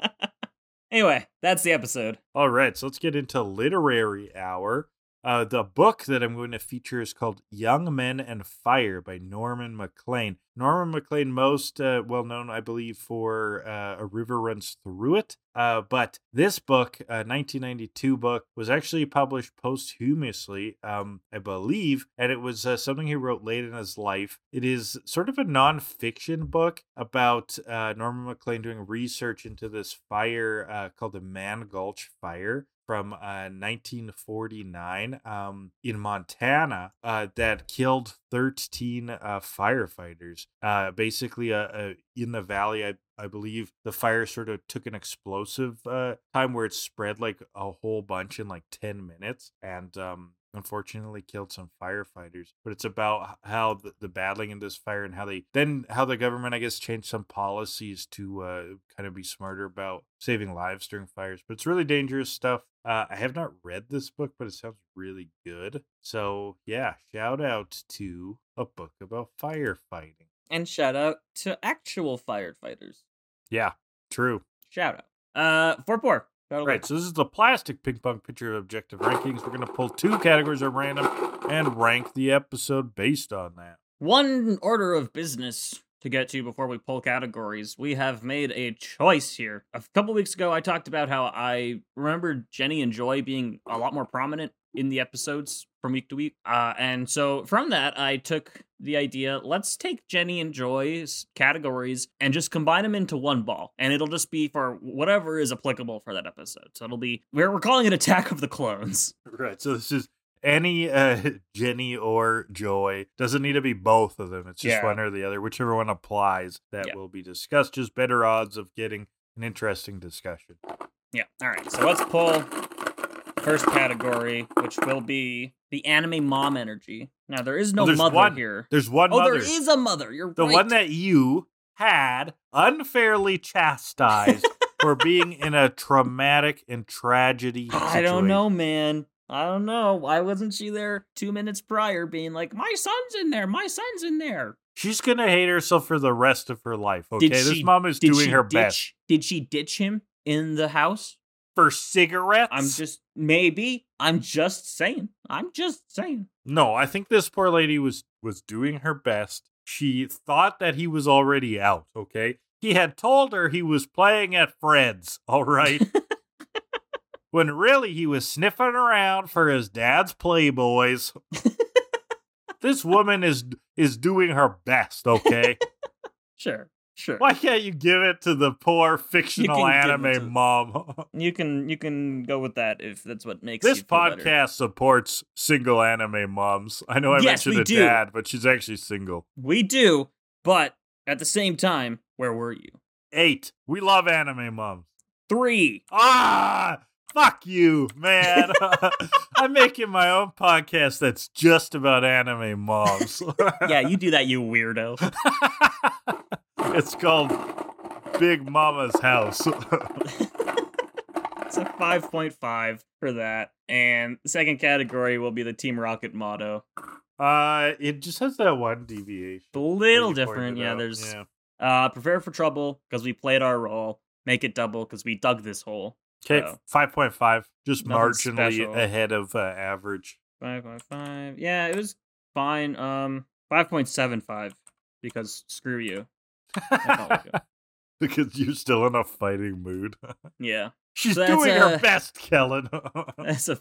[SPEAKER 1] anyway, that's the episode.
[SPEAKER 2] All right, so let's get into literary hour. Uh, the book that I'm going to feature is called Young Men and Fire by Norman MacLean. Norman MacLean, most uh, well known, I believe, for uh, A River Runs Through It. Uh, but this book, a 1992 book, was actually published posthumously, um, I believe, and it was uh, something he wrote late in his life. It is sort of a nonfiction book about uh, Norman MacLean doing research into this fire uh, called the Man Gulch Fire from uh, 1949 um, in Montana uh, that killed 13 uh, firefighters. Uh, basically, uh, uh, in the valley, I, I believe the fire sort of took an explosive uh, time where it spread like a whole bunch in like 10 minutes. And um, unfortunately killed some firefighters but it's about h- how the, the battling in this fire and how they then how the government i guess changed some policies to uh, kind of be smarter about saving lives during fires but it's really dangerous stuff Uh, I have not read this book, but it sounds really good. So yeah, shout out to a book about firefighting.
[SPEAKER 1] And shout out to actual firefighters.
[SPEAKER 2] Yeah, true.
[SPEAKER 1] Shout out. Uh, for poor. Shout out.
[SPEAKER 2] Right, so this is the plastic ping pong picture of objective rankings. We're gonna pull two categories at random and rank the episode based on that.
[SPEAKER 1] One order of business to get to before we pull categories. We have made a choice here. A couple weeks ago, I talked about how I remembered Jenny and Joy being a lot more prominent in the episodes from week to week. Uh, and so from that, I took the idea let's take Jenny and Joy's categories and just combine them into one ball. And it'll just be for whatever is applicable for that episode. So it'll be, we're, we're calling it Attack of the Clones.
[SPEAKER 2] Right, so this is any uh, (laughs) Jenny or Joy doesn't need to be both of them. It's just
[SPEAKER 1] Yeah.
[SPEAKER 2] one or the other, whichever one applies. That
[SPEAKER 1] Yeah.
[SPEAKER 2] will be discussed. Just better odds of getting an interesting discussion.
[SPEAKER 1] Yeah. All right. So let's pull first category, which will be the anime mom energy. Now there is no
[SPEAKER 2] Well, Oh, there's
[SPEAKER 1] mother
[SPEAKER 2] one
[SPEAKER 1] here.
[SPEAKER 2] There's one
[SPEAKER 1] oh,
[SPEAKER 2] mother,
[SPEAKER 1] there is a mother. You're
[SPEAKER 2] the
[SPEAKER 1] right.
[SPEAKER 2] one that you had
[SPEAKER 1] (laughs)
[SPEAKER 2] unfairly chastised for being in a traumatic and tragedy.
[SPEAKER 1] I don't
[SPEAKER 2] situation.
[SPEAKER 1] know, man. I don't know. Why wasn't she there two minutes prior, being like, "My son's in there. My son's in there."
[SPEAKER 2] She's gonna hate herself for the rest of her life. Okay,
[SPEAKER 1] Did
[SPEAKER 2] this
[SPEAKER 1] she-
[SPEAKER 2] mom is
[SPEAKER 1] Did
[SPEAKER 2] doing
[SPEAKER 1] she
[SPEAKER 2] her
[SPEAKER 1] ditch,
[SPEAKER 2] best
[SPEAKER 1] Did she ditch him in the house?
[SPEAKER 2] for cigarettes.
[SPEAKER 1] I'm just maybe. I'm just saying. I'm just saying.
[SPEAKER 2] No, I think this poor lady was was doing her best. She thought that he was already out, okay? He had told her he was playing at Fred's, (laughs) all right? when really he was sniffing around for his dad's
[SPEAKER 1] (laughs)
[SPEAKER 2] Playboys. this woman is is doing her
[SPEAKER 1] (laughs)
[SPEAKER 2] best, okay?
[SPEAKER 1] Sure. Sure.
[SPEAKER 2] Why can't you give it to the poor fictional
[SPEAKER 1] can give it to- (laughs)
[SPEAKER 2] anime mom? (laughs)
[SPEAKER 1] You can you can go with that if that's what makes
[SPEAKER 2] This
[SPEAKER 1] you feel better.
[SPEAKER 2] podcast supports single anime moms. I know I
[SPEAKER 1] Yes, we
[SPEAKER 2] mentioned a
[SPEAKER 1] do.
[SPEAKER 2] dad, but she's actually single.
[SPEAKER 1] We do, but at the same time, where were you?
[SPEAKER 2] Eight. We love anime moms.
[SPEAKER 1] Three.
[SPEAKER 2] Ah, fuck you, man. (laughs) I'm making my own podcast that's just about anime moms.
[SPEAKER 1] Yeah, you do that, you weirdo.
[SPEAKER 2] (laughs) it's called Big Mama's House.
[SPEAKER 1] It's a 5.5 for that. And the second category will be the Team Rocket motto.
[SPEAKER 2] uh, it just has that one deviation.
[SPEAKER 1] A
[SPEAKER 2] that
[SPEAKER 1] little
[SPEAKER 2] you pointed
[SPEAKER 1] different. Yeah,
[SPEAKER 2] out.
[SPEAKER 1] there's
[SPEAKER 2] Yeah.
[SPEAKER 1] uh prepare for trouble because we played our role, make it double because we dug this hole.
[SPEAKER 2] Okay,
[SPEAKER 1] so-
[SPEAKER 2] five point five, just
[SPEAKER 1] Nothing
[SPEAKER 2] marginally
[SPEAKER 1] special.
[SPEAKER 2] ahead of uh, average. (laughs)
[SPEAKER 1] 5.5. Yeah, it was fine. Um 5.75 because screw you. That's all we got.
[SPEAKER 2] (laughs) because you're still in a fighting mood. (laughs)
[SPEAKER 1] yeah. (laughs)
[SPEAKER 2] She's
[SPEAKER 1] So that's
[SPEAKER 2] doing her
[SPEAKER 1] a-
[SPEAKER 2] best, Kellen. (laughs) Oh,
[SPEAKER 1] That's a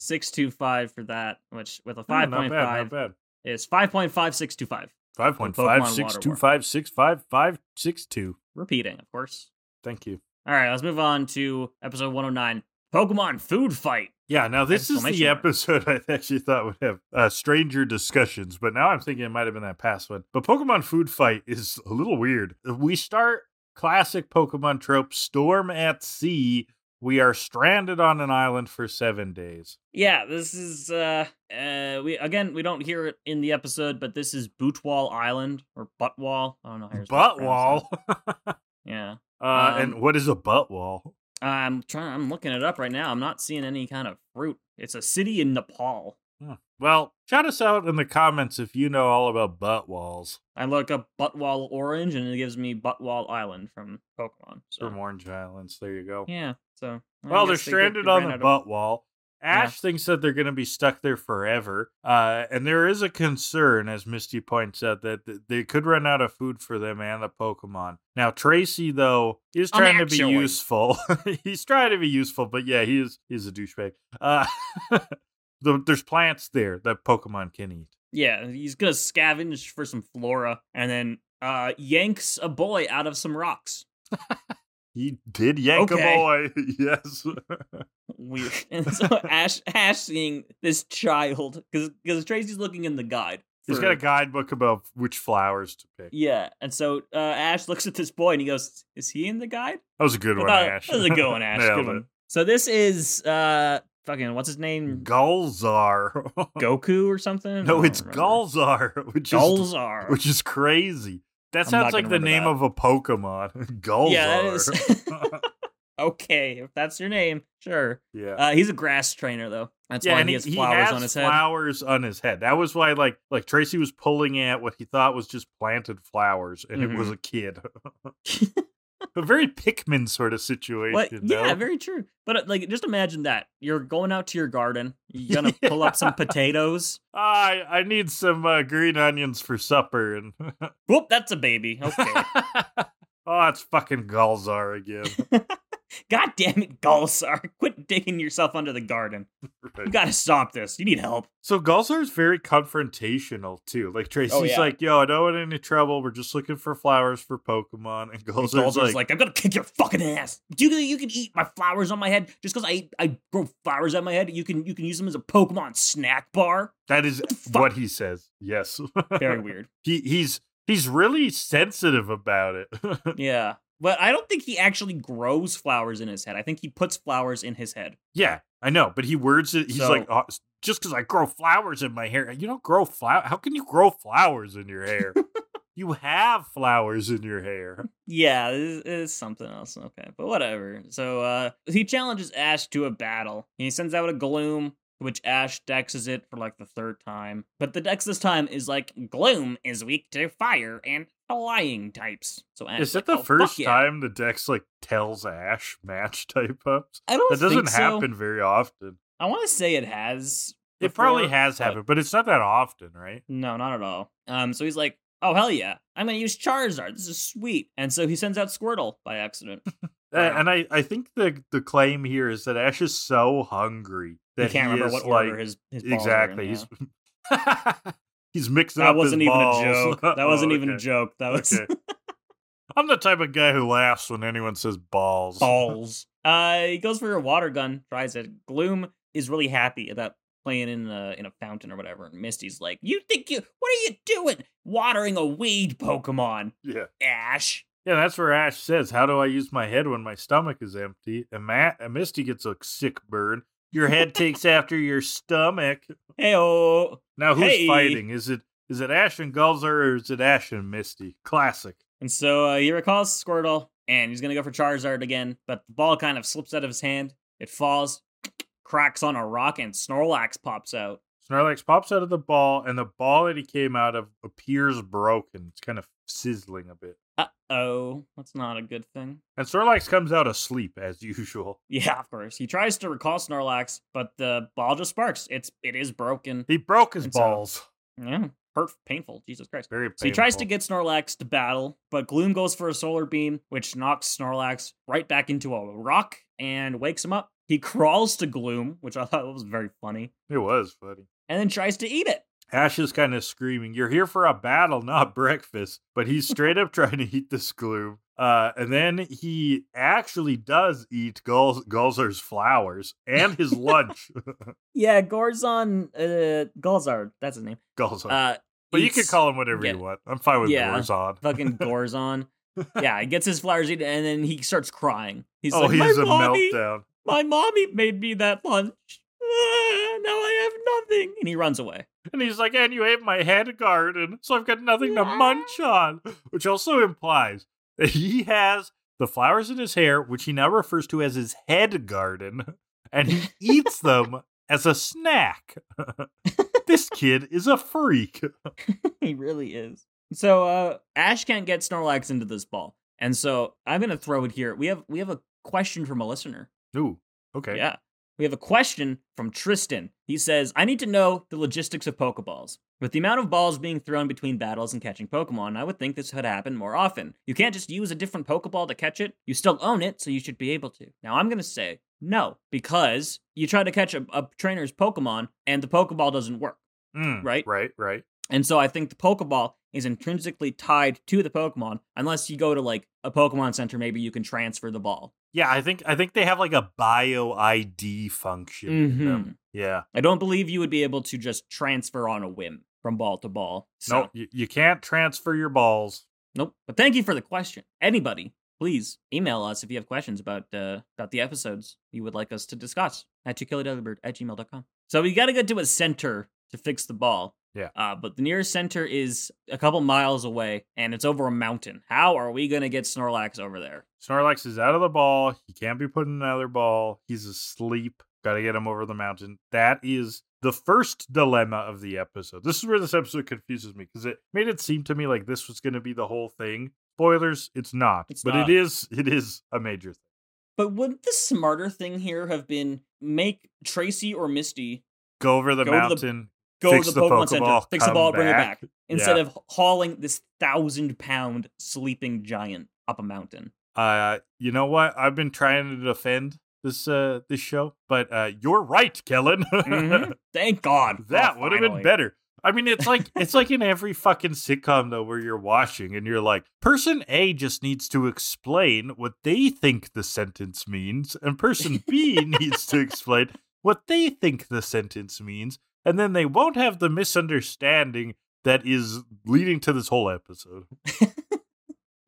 [SPEAKER 1] 5.625 for that, which with a 5.5
[SPEAKER 2] Eh, Not bad. Not bad.
[SPEAKER 1] is 5.5625.
[SPEAKER 2] Five
[SPEAKER 1] Pokemon
[SPEAKER 2] point five six
[SPEAKER 1] Water
[SPEAKER 2] two
[SPEAKER 1] War.
[SPEAKER 2] five six five five six two.
[SPEAKER 1] Repeating, of course.
[SPEAKER 2] Thank you.
[SPEAKER 1] All right, let's move on to episode 109 Pokemon Food Fight.
[SPEAKER 2] Yeah, now this is
[SPEAKER 1] Exclamation
[SPEAKER 2] the
[SPEAKER 1] mark.
[SPEAKER 2] episode (laughs) I actually thought would have uh, stranger discussions, but now I'm thinking it might have been that past one. But Pokemon Food Fight is a little weird. We start classic Pokemon trope Storm at Sea. We are stranded on an island for seven days.
[SPEAKER 1] Yeah, this is uh uh we again we don't hear it in the episode, but this is Bootwall Island or Buttwall. I don't know how you're supposed to
[SPEAKER 2] Butt
[SPEAKER 1] pronounce
[SPEAKER 2] wall. (laughs)
[SPEAKER 1] that. Yeah.
[SPEAKER 2] uh, and
[SPEAKER 1] Um,
[SPEAKER 2] what is a butt wall?
[SPEAKER 1] I'm trying I'm looking it up right now. I'm not seeing any kind of fruit. It's a city in Nepal.
[SPEAKER 2] Well, shout us out in the comments if you know all about butt walls
[SPEAKER 1] I look up Buttwall Orange and it gives me Buttwall Island from Pokemon. So
[SPEAKER 2] from Orange Islands. There you go.
[SPEAKER 1] yeah. So I
[SPEAKER 2] Well, they're
[SPEAKER 1] guess Mm, they get-
[SPEAKER 2] stranded
[SPEAKER 1] they
[SPEAKER 2] on
[SPEAKER 1] ran
[SPEAKER 2] the
[SPEAKER 1] out of-
[SPEAKER 2] butt wall. Ash thinks that they're going to be stuck there forever. Uh, and there is a concern, as Misty points out, that th- they could run out of food for them and the Pokemon. Now, Tracy, though, is
[SPEAKER 1] I'm
[SPEAKER 2] trying to be
[SPEAKER 1] actually-
[SPEAKER 2] useful. (laughs) he's trying to be useful, but yeah, he is, he's a douchebag. Uh, (laughs) the, there's plants there that Pokemon can eat.
[SPEAKER 1] Yeah, he's gonna scavenge for some flora and then uh yanks a boy out of some rocks.
[SPEAKER 2] He did yank
[SPEAKER 1] Okay.
[SPEAKER 2] a boy. (laughs) yes.
[SPEAKER 1] Weird. (laughs) And
[SPEAKER 2] (laughs)
[SPEAKER 1] so Ash Ash seeing this child because because Tracy's looking in the guide.
[SPEAKER 2] he's
[SPEAKER 1] for-
[SPEAKER 2] got a guidebook about which flowers to pick.
[SPEAKER 1] Yeah, and so uh, Ash looks at this boy and he goes, "Is he in the guide?"
[SPEAKER 2] That was a good
[SPEAKER 1] I
[SPEAKER 2] one,
[SPEAKER 1] thought-
[SPEAKER 2] Ash.
[SPEAKER 1] How's it
[SPEAKER 2] (laughs)
[SPEAKER 1] going, Ash?
[SPEAKER 2] Nailed
[SPEAKER 1] Good
[SPEAKER 2] it.
[SPEAKER 1] one. So this is uh fucking what's his name?
[SPEAKER 2] Gulzar.
[SPEAKER 1] Goku or something? I
[SPEAKER 2] (laughs) no,
[SPEAKER 1] don't
[SPEAKER 2] it's
[SPEAKER 1] remember.
[SPEAKER 2] Gulzar, which is
[SPEAKER 1] Gulzar.
[SPEAKER 2] (laughs) which is crazy. That
[SPEAKER 1] I'm
[SPEAKER 2] sounds
[SPEAKER 1] not
[SPEAKER 2] like
[SPEAKER 1] gonna
[SPEAKER 2] the
[SPEAKER 1] remember
[SPEAKER 2] name
[SPEAKER 1] that. (laughs)
[SPEAKER 2] (laughs)
[SPEAKER 1] Uh,
[SPEAKER 2] of a Pokemon. Gulzar.
[SPEAKER 1] Yeah, that is. okay, if that's your name, sure.
[SPEAKER 2] Yeah.
[SPEAKER 1] Uh, he's a grass trainer though. That's why
[SPEAKER 2] and
[SPEAKER 1] he has flowers
[SPEAKER 2] has
[SPEAKER 1] on his head.
[SPEAKER 2] flowers on his head. That was why, like, like Tracy was pulling at what he thought was just planted flowers, and it was a kid. (laughs)
[SPEAKER 1] (laughs)
[SPEAKER 2] a very Pikmin sort of situation.
[SPEAKER 1] Mm-hmm. What? Yeah,
[SPEAKER 2] though.
[SPEAKER 1] very true. But uh, like, just imagine that you're going out to your garden. You're
[SPEAKER 2] (laughs)
[SPEAKER 1] gonna pull up some
[SPEAKER 2] Yeah.
[SPEAKER 1] potatoes.
[SPEAKER 2] Ah, I, I need some uh, green onions for
[SPEAKER 1] (laughs)
[SPEAKER 2] supper, and (laughs)
[SPEAKER 1] Whoop, that's a baby. Okay.
[SPEAKER 2] oh, it's fucking Galzar again.
[SPEAKER 1] (laughs)
[SPEAKER 2] (laughs)
[SPEAKER 1] God damn it, Gulsar. (laughs) Quit digging yourself under the garden.
[SPEAKER 2] Right.
[SPEAKER 1] You gotta stop this. You need help.
[SPEAKER 2] So Galzar's very confrontational too. Like Tracy's
[SPEAKER 1] Oh, yeah.
[SPEAKER 2] like, "Yo, I don't want any trouble. We're just looking for flowers for Pokemon." And
[SPEAKER 1] And Gulsar's
[SPEAKER 2] Galzar's,
[SPEAKER 1] like,
[SPEAKER 2] like,
[SPEAKER 1] I'm gonna kick your fucking ass. Do you think you can eat my flowers on my head? Just because I I grow flowers on my head, you can you can use them as a Pokemon snack bar.
[SPEAKER 2] "That is
[SPEAKER 1] the fuck?"
[SPEAKER 2] what he says." Yes, (laughs)
[SPEAKER 1] Very weird.
[SPEAKER 2] he he's he's really sensitive about it. (laughs)
[SPEAKER 1] Yeah. But I don't think he actually grows flowers in his head. I think he puts flowers in his head.
[SPEAKER 2] yeah, I know, but he words it. He's
[SPEAKER 1] So-
[SPEAKER 2] like, "Oh, "Just because I grow flowers in my hair, you don't grow flower. How can you grow flowers in your hair? you have flowers in your hair."
[SPEAKER 1] Yeah, it is, it is something else. Okay, but whatever. So uh he challenges Ash to a battle. He sends out a gloom, which Ash dexes it for like the third time. But the dex this time is like gloom is weak to fire and flying types. So Ash
[SPEAKER 2] Is that
[SPEAKER 1] like,
[SPEAKER 2] the
[SPEAKER 1] "Oh, fuck
[SPEAKER 2] first
[SPEAKER 1] yeah."
[SPEAKER 2] time the Dex like tells Ash match type ups?
[SPEAKER 1] I don't.
[SPEAKER 2] That doesn't
[SPEAKER 1] think so.
[SPEAKER 2] happen very often.
[SPEAKER 1] I want to say it has.
[SPEAKER 2] It probably
[SPEAKER 1] before,
[SPEAKER 2] has
[SPEAKER 1] but-
[SPEAKER 2] happened, but it's not that often, right?
[SPEAKER 1] No, not at all. Um, so he's like, "Oh hell yeah, I'm gonna use Charizard. This is sweet." And so he sends out Squirtle by accident. (laughs)
[SPEAKER 2] Uh,
[SPEAKER 1] Wow.
[SPEAKER 2] And I, I think the the claim here is that Ash is so hungry
[SPEAKER 1] he
[SPEAKER 2] that
[SPEAKER 1] can't remember
[SPEAKER 2] is,
[SPEAKER 1] what
[SPEAKER 2] like,
[SPEAKER 1] order his his balls are
[SPEAKER 2] exactly.
[SPEAKER 1] in,
[SPEAKER 2] He's
[SPEAKER 1] yeah.
[SPEAKER 2] he's (laughs) mixing
[SPEAKER 1] That
[SPEAKER 2] up. his
[SPEAKER 1] wasn't even
[SPEAKER 2] balls.
[SPEAKER 1] a joke.
[SPEAKER 2] (laughs)
[SPEAKER 1] That
[SPEAKER 2] Oh,
[SPEAKER 1] wasn't even a
[SPEAKER 2] okay.
[SPEAKER 1] joke. That was
[SPEAKER 2] Okay. I'm the type of guy who laughs when anyone says
[SPEAKER 1] (laughs)
[SPEAKER 2] balls.
[SPEAKER 1] balls. Uh, he goes for a water gun, tries it. Gloom is really happy about playing in a in a fountain or whatever, and Misty's like, "You think you? What are you doing? Watering a weed Pokemon,
[SPEAKER 2] Yeah.
[SPEAKER 1] Ash?"
[SPEAKER 2] Yeah, that's where Ash says, How do I use my head when my stomach is empty? And, Matt, and Misty gets a sick burn. Your head takes after your stomach.
[SPEAKER 1] Heyo.
[SPEAKER 2] Now who's
[SPEAKER 1] Hey.
[SPEAKER 2] fighting? Is it is it Ash and Gulzar or is it Ash and Misty? Classic.
[SPEAKER 1] And so uh, he recalls Squirtle, and he's gonna go for Charizard again, but the ball kind of slips out of his hand. It falls, cracks on a rock, and Snorlax pops out.
[SPEAKER 2] Snorlax pops out of the ball, and the ball that he came out of appears broken. It's kind of sizzling a bit.
[SPEAKER 1] Uh oh, that's not a good thing.
[SPEAKER 2] And Snorlax comes out asleep as (laughs) usual.
[SPEAKER 1] Yeah, of course. He tries to recall Snorlax, but the ball just sparks. It's it is broken.
[SPEAKER 2] He broke his
[SPEAKER 1] And so-
[SPEAKER 2] balls.
[SPEAKER 1] Yeah, hurt, painful. Jesus Christ.
[SPEAKER 2] Very painful.
[SPEAKER 1] uh, So he tries to get Snorlax to battle, but Gloom goes for a solar beam, which knocks Snorlax right back into a rock and wakes him up. He crawls to Gloom, which I thought was very funny,
[SPEAKER 2] It was funny.
[SPEAKER 1] and then tries to eat it.
[SPEAKER 2] Ash is kind of screaming, You're here for a battle, not (laughs) breakfast. But he's straight up (laughs) trying to eat this gloom. Uh, and then he actually does eat Gul- Gulzar's flowers and
[SPEAKER 1] (laughs)
[SPEAKER 2] his lunch. (laughs)
[SPEAKER 1] Yeah, Gorzon, uh, Golzard, that's his name.
[SPEAKER 2] Gulzar.
[SPEAKER 1] Uh,
[SPEAKER 2] But you can
[SPEAKER 1] eats
[SPEAKER 2] call him whatever
[SPEAKER 1] yeah.
[SPEAKER 2] you want. I'm fine with
[SPEAKER 1] Yeah.
[SPEAKER 2] Warzon.
[SPEAKER 1] fucking
[SPEAKER 2] (laughs)
[SPEAKER 1] Gorzon. yeah, he gets his flowers eaten, and then he starts crying. He's
[SPEAKER 2] oh,
[SPEAKER 1] like,
[SPEAKER 2] he
[SPEAKER 1] "My
[SPEAKER 2] has a
[SPEAKER 1] mommy,
[SPEAKER 2] meltdown.
[SPEAKER 1] My mommy made me that lunch. Ah, now I have nothing. And he runs away. (laughs)
[SPEAKER 2] And he's like, and you ate my head garden, so I've got nothing to munch on. Which also implies that he has the flowers in his hair, which he now refers to as his head garden,
[SPEAKER 1] (laughs)
[SPEAKER 2] and he eats them as a snack. this kid is a freak.
[SPEAKER 1] he really is. So uh Ash can't get Snorlax into this ball. And so I'm gonna throw it here. We have we have a question from a listener.
[SPEAKER 2] Ooh, okay.
[SPEAKER 1] Yeah. We have a question from Tristan. He says, I need to know the logistics of Pokeballs. With the amount of balls being thrown between battles and catching Pokemon, I would think this had happened more often. You can't just use a different Pokeball to catch it. You still own it, so you should be able to. Now, I'm going to say no, because you try to catch a, a trainer's Pokemon and the Pokeball doesn't work.
[SPEAKER 2] Mm,
[SPEAKER 1] Right.
[SPEAKER 2] Right, right.
[SPEAKER 1] And so I think the Pokeball is intrinsically tied to the Pokemon, unless you go to like a Pokemon Center, maybe you can transfer the ball.
[SPEAKER 2] Yeah, I think I think they have like a bio ID function. in them.
[SPEAKER 1] Mhm.
[SPEAKER 2] Yeah.
[SPEAKER 1] I don't believe you would be able to just transfer on a whim from ball to ball. So,
[SPEAKER 2] No, you, you can't transfer your balls.
[SPEAKER 1] nope. But thank you for the question. Anybody, please email us if you have questions about uh, about the episodes you would like us to discuss at bird at gmail.com. So we got to go to a center to fix the ball.
[SPEAKER 2] Yeah.
[SPEAKER 1] Uh, but the nearest center is a couple miles away, and it's over a mountain. How are we gonna get Snorlax over there?
[SPEAKER 2] Snorlax is out of the ball. He can't be put in another ball. He's asleep. Got to get him over the mountain. That is the first dilemma of the episode. This is where this episode confuses me because it made it seem to me like this was going to be the whole thing. Spoilers, it's not.
[SPEAKER 1] It's
[SPEAKER 2] but
[SPEAKER 1] not.
[SPEAKER 2] it is it is a major thing.
[SPEAKER 1] But wouldn't the smarter thing here have been make Tracy or Misty
[SPEAKER 2] Go over the
[SPEAKER 1] Go to the-
[SPEAKER 2] mountain.
[SPEAKER 1] go
[SPEAKER 2] Fix
[SPEAKER 1] to the,
[SPEAKER 2] the
[SPEAKER 1] Pokemon Center,
[SPEAKER 2] Pokeball,
[SPEAKER 1] fix the
[SPEAKER 2] come
[SPEAKER 1] ball, bring it
[SPEAKER 2] back.
[SPEAKER 1] back, instead of hauling this thousand pound sleeping giant up a mountain.
[SPEAKER 2] Uh you know what? I've been trying to defend this uh this show, but uh you're right, Kellen. (laughs)
[SPEAKER 1] Mhm. (laughs) Thank God.
[SPEAKER 2] Mm-hmm. That
[SPEAKER 1] Oh,
[SPEAKER 2] would have been
[SPEAKER 1] finally.
[SPEAKER 2] better. I mean, it's (laughs) like it's like in every fucking sitcom though, where you're watching and you're like, person A just needs to explain what they think the sentence means, and person (laughs) B needs to explain what they think the sentence means, and then they won't have the misunderstanding that is leading to this whole episode.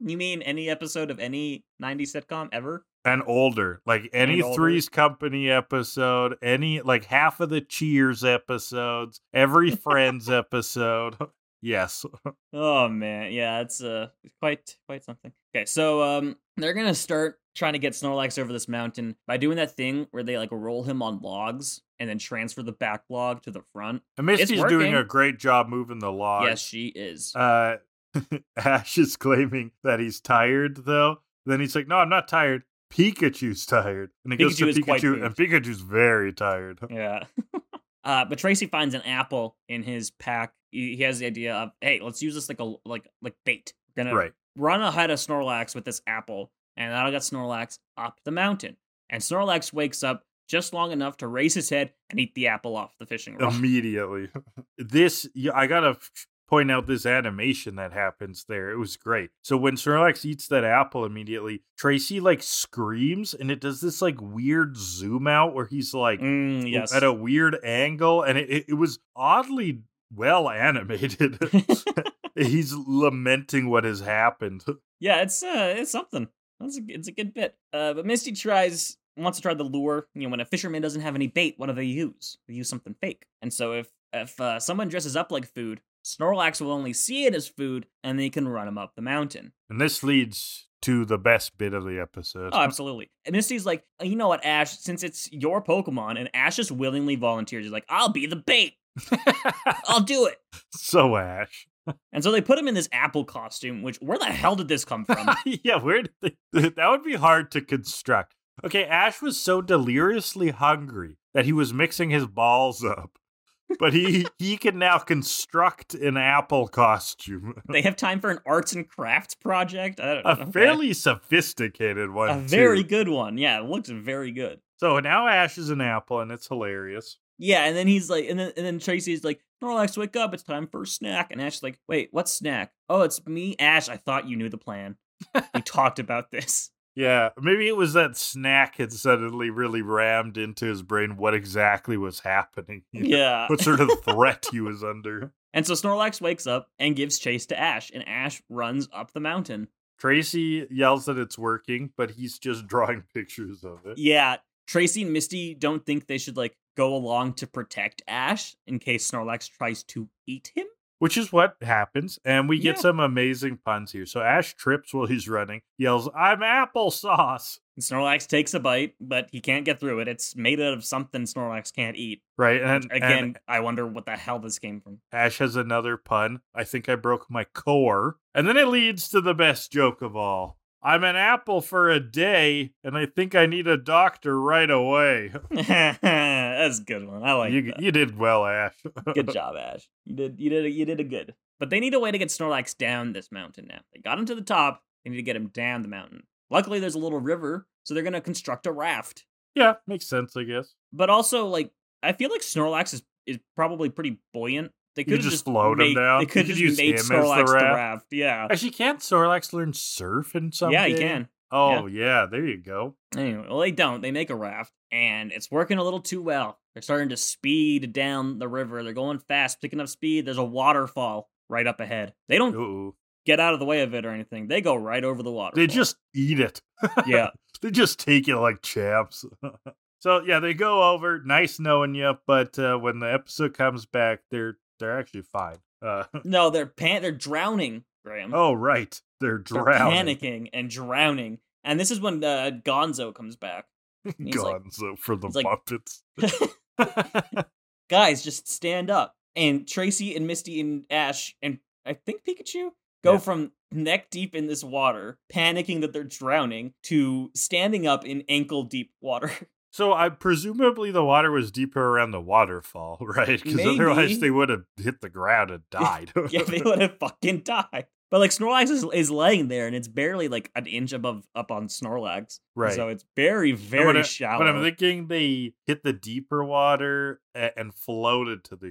[SPEAKER 1] You mean any episode of any 90s sitcom ever?
[SPEAKER 2] And older, like any
[SPEAKER 1] older.
[SPEAKER 2] Three's Company episode, any like half of the Cheers episodes, every (laughs) Friends episode. Yes,
[SPEAKER 1] Oh man, yeah, it's uh quite quite something. Okay, so um they're gonna start trying to get Snorlax over this mountain by doing that thing where they like roll him on logs and then transfer the back log to the front.
[SPEAKER 2] And Misty's doing
[SPEAKER 1] working.
[SPEAKER 2] a great job moving the log.
[SPEAKER 1] Yes, she is.
[SPEAKER 2] Uh, (laughs) Ash is claiming that he's tired, though. Then he's like, no, I'm not tired. Pikachu's tired. And he goes to
[SPEAKER 1] Pikachu is quite
[SPEAKER 2] Pikachu, and Pikachu's very tired.
[SPEAKER 1] Yeah. (laughs) uh, but Tracy finds an apple in his pack. He, he has the idea of, hey, let's use this like a like like bait. We're gonna (laughs)
[SPEAKER 2] (laughs) Right.
[SPEAKER 1] run ahead of Snorlax with this apple, and that'll get Snorlax up the mountain. And Snorlax wakes up just long enough to raise his head and eat the apple off the fishing
[SPEAKER 2] Oh
[SPEAKER 1] rod.
[SPEAKER 2] Immediately. (laughs) this, yeah, I got to point out this animation that happens there. It was great. So when Snorlax eats that apple immediately, Tracy like screams and it does this like weird zoom out where he's
[SPEAKER 1] (laughs)
[SPEAKER 2] like,
[SPEAKER 1] Mm, yes.
[SPEAKER 2] at a weird angle, and it, it, it was oddly well animated. (laughs) He's lamenting what has happened.
[SPEAKER 1] Yeah, it's uh, it's something. That's a, it's a good bit. Uh, but Misty tries wants to try the lure. You know, when a fisherman doesn't have any bait, what do they use? They use something fake. And so if if uh, someone dresses up like food, Snorlax will only see it as food, and they can run him up the mountain.
[SPEAKER 2] And this leads to the best bit of the episode.
[SPEAKER 1] Oh, absolutely. And Misty's like, "Uh, you know what, Ash? Since it's your Pokemon, and Ash just willingly volunteers, he's like, I'll be the bait.
[SPEAKER 2] (laughs)
[SPEAKER 1] I'll do it.
[SPEAKER 2] (laughs) so Ash. (laughs)
[SPEAKER 1] And so they put him in this apple costume. Which where the hell did this come
[SPEAKER 2] (laughs)
[SPEAKER 1] from?
[SPEAKER 2] yeah, where did they, (laughs) that would be hard to construct. Okay, Ash was so deliriously hungry that he was mixing his balls up. But he he can now construct an apple costume.
[SPEAKER 1] they have time for an arts and crafts project. I don't, (laughs)
[SPEAKER 2] A
[SPEAKER 1] okay.
[SPEAKER 2] fairly sophisticated one.
[SPEAKER 1] a
[SPEAKER 2] too.
[SPEAKER 1] very good one. Yeah, it looks very good.
[SPEAKER 2] So now Ash is an apple, and it's hilarious.
[SPEAKER 1] Yeah, and then he's like, and then and then Tracy's like, Snorlax, wake up! It's time for a snack. And Ash's like, wait, what snack? Oh, it's me, Ash. I thought you knew the plan. we talked about this.
[SPEAKER 2] Yeah, maybe it was that snack had suddenly really rammed into his brain what exactly was happening. (laughs) you know,
[SPEAKER 1] Yeah. (laughs)
[SPEAKER 2] What sort of threat he was under.
[SPEAKER 1] And so Snorlax wakes up and gives chase to Ash, and Ash runs up the mountain.
[SPEAKER 2] Tracy yells that it's working, but he's just drawing (laughs) pictures of it.
[SPEAKER 1] Yeah, Tracy and Misty don't think they should like go along to protect Ash in case Snorlax tries to eat him.
[SPEAKER 2] Which is what happens. And we get
[SPEAKER 1] Yeah.
[SPEAKER 2] some amazing puns here. So Ash trips while he's running, yells, I'm applesauce.
[SPEAKER 1] And Snorlax takes a bite, but he can't get through it. It's made out of something Snorlax can't eat.
[SPEAKER 2] Right. And
[SPEAKER 1] Again,
[SPEAKER 2] and
[SPEAKER 1] I wonder what the hell this came from. (laughs)
[SPEAKER 2] Ash has another pun. I think I broke my core. And then it leads to the best joke of all. I'm an apple for a day, and I think I need a doctor right away. (laughs)
[SPEAKER 1] That's a good one. I like
[SPEAKER 2] you,
[SPEAKER 1] that.
[SPEAKER 2] you did well, Ash.
[SPEAKER 1] Good job, Ash. You did you did a, you did a good. But they need a way to get Snorlax down this mountain now. They got him to the top. They need to get him down the mountain. Luckily, there's a little river, so they're gonna construct a raft.
[SPEAKER 2] (laughs) yeah, makes sense, I guess.
[SPEAKER 1] But also, like, I feel like Snorlax is is probably pretty buoyant. They
[SPEAKER 2] You
[SPEAKER 1] could
[SPEAKER 2] just float him
[SPEAKER 1] made-
[SPEAKER 2] down.
[SPEAKER 1] They
[SPEAKER 2] You
[SPEAKER 1] could
[SPEAKER 2] could
[SPEAKER 1] just
[SPEAKER 2] use him
[SPEAKER 1] made
[SPEAKER 2] as the
[SPEAKER 1] Snorlax the raft.
[SPEAKER 2] raft.
[SPEAKER 1] Yeah.
[SPEAKER 2] Actually, can't Snorlax learn surf in something?
[SPEAKER 1] Uh, Yeah, he can.
[SPEAKER 2] Oh, yeah. there you go.
[SPEAKER 1] Anyway, well, they don't. They make a raft, and it's working a little too well. They're starting to speed down the river. They're going fast, picking up speed. There's a waterfall right up ahead. They don't
[SPEAKER 2] Ooh.
[SPEAKER 1] get out of the way of it or anything. They go right over the water.
[SPEAKER 2] They just (laughs) eat it.
[SPEAKER 1] yeah.
[SPEAKER 2] They just take it like (laughs) champs. so yeah, they go over. Nice knowing you, but uh, when the episode comes back, they're They're actually fine. Uh,
[SPEAKER 1] No, they're pan- they're drowning, Graham.
[SPEAKER 2] oh, right. They're
[SPEAKER 1] they're
[SPEAKER 2] drowning.
[SPEAKER 1] panicking and drowning. And this is when uh, Gonzo comes
[SPEAKER 2] (laughs)
[SPEAKER 1] back. He's like-
[SPEAKER 2] Gonzo uh, for the
[SPEAKER 1] he's like-
[SPEAKER 2] Muppets.
[SPEAKER 1] (laughs) Guys, just stand up. And Tracy and Misty and Ash and I think Pikachu go
[SPEAKER 2] Yeah.
[SPEAKER 1] from neck deep in this water, panicking that they're drowning, to standing up in ankle deep water.
[SPEAKER 2] (laughs)
[SPEAKER 1] (laughs)
[SPEAKER 2] so I presumably the water was deeper around the waterfall, (laughs) right? Because
[SPEAKER 1] Maybe.
[SPEAKER 2] otherwise they would have hit the ground and died.
[SPEAKER 1] (laughs)
[SPEAKER 2] (laughs)
[SPEAKER 1] yeah, they would have fucking died. But like Snorlax is, is laying there and it's barely like an inch above up on Snorlax.
[SPEAKER 2] right.
[SPEAKER 1] So it's very, very
[SPEAKER 2] what I-
[SPEAKER 1] shallow.
[SPEAKER 2] But I'm thinking they hit the deeper water a- and floated to the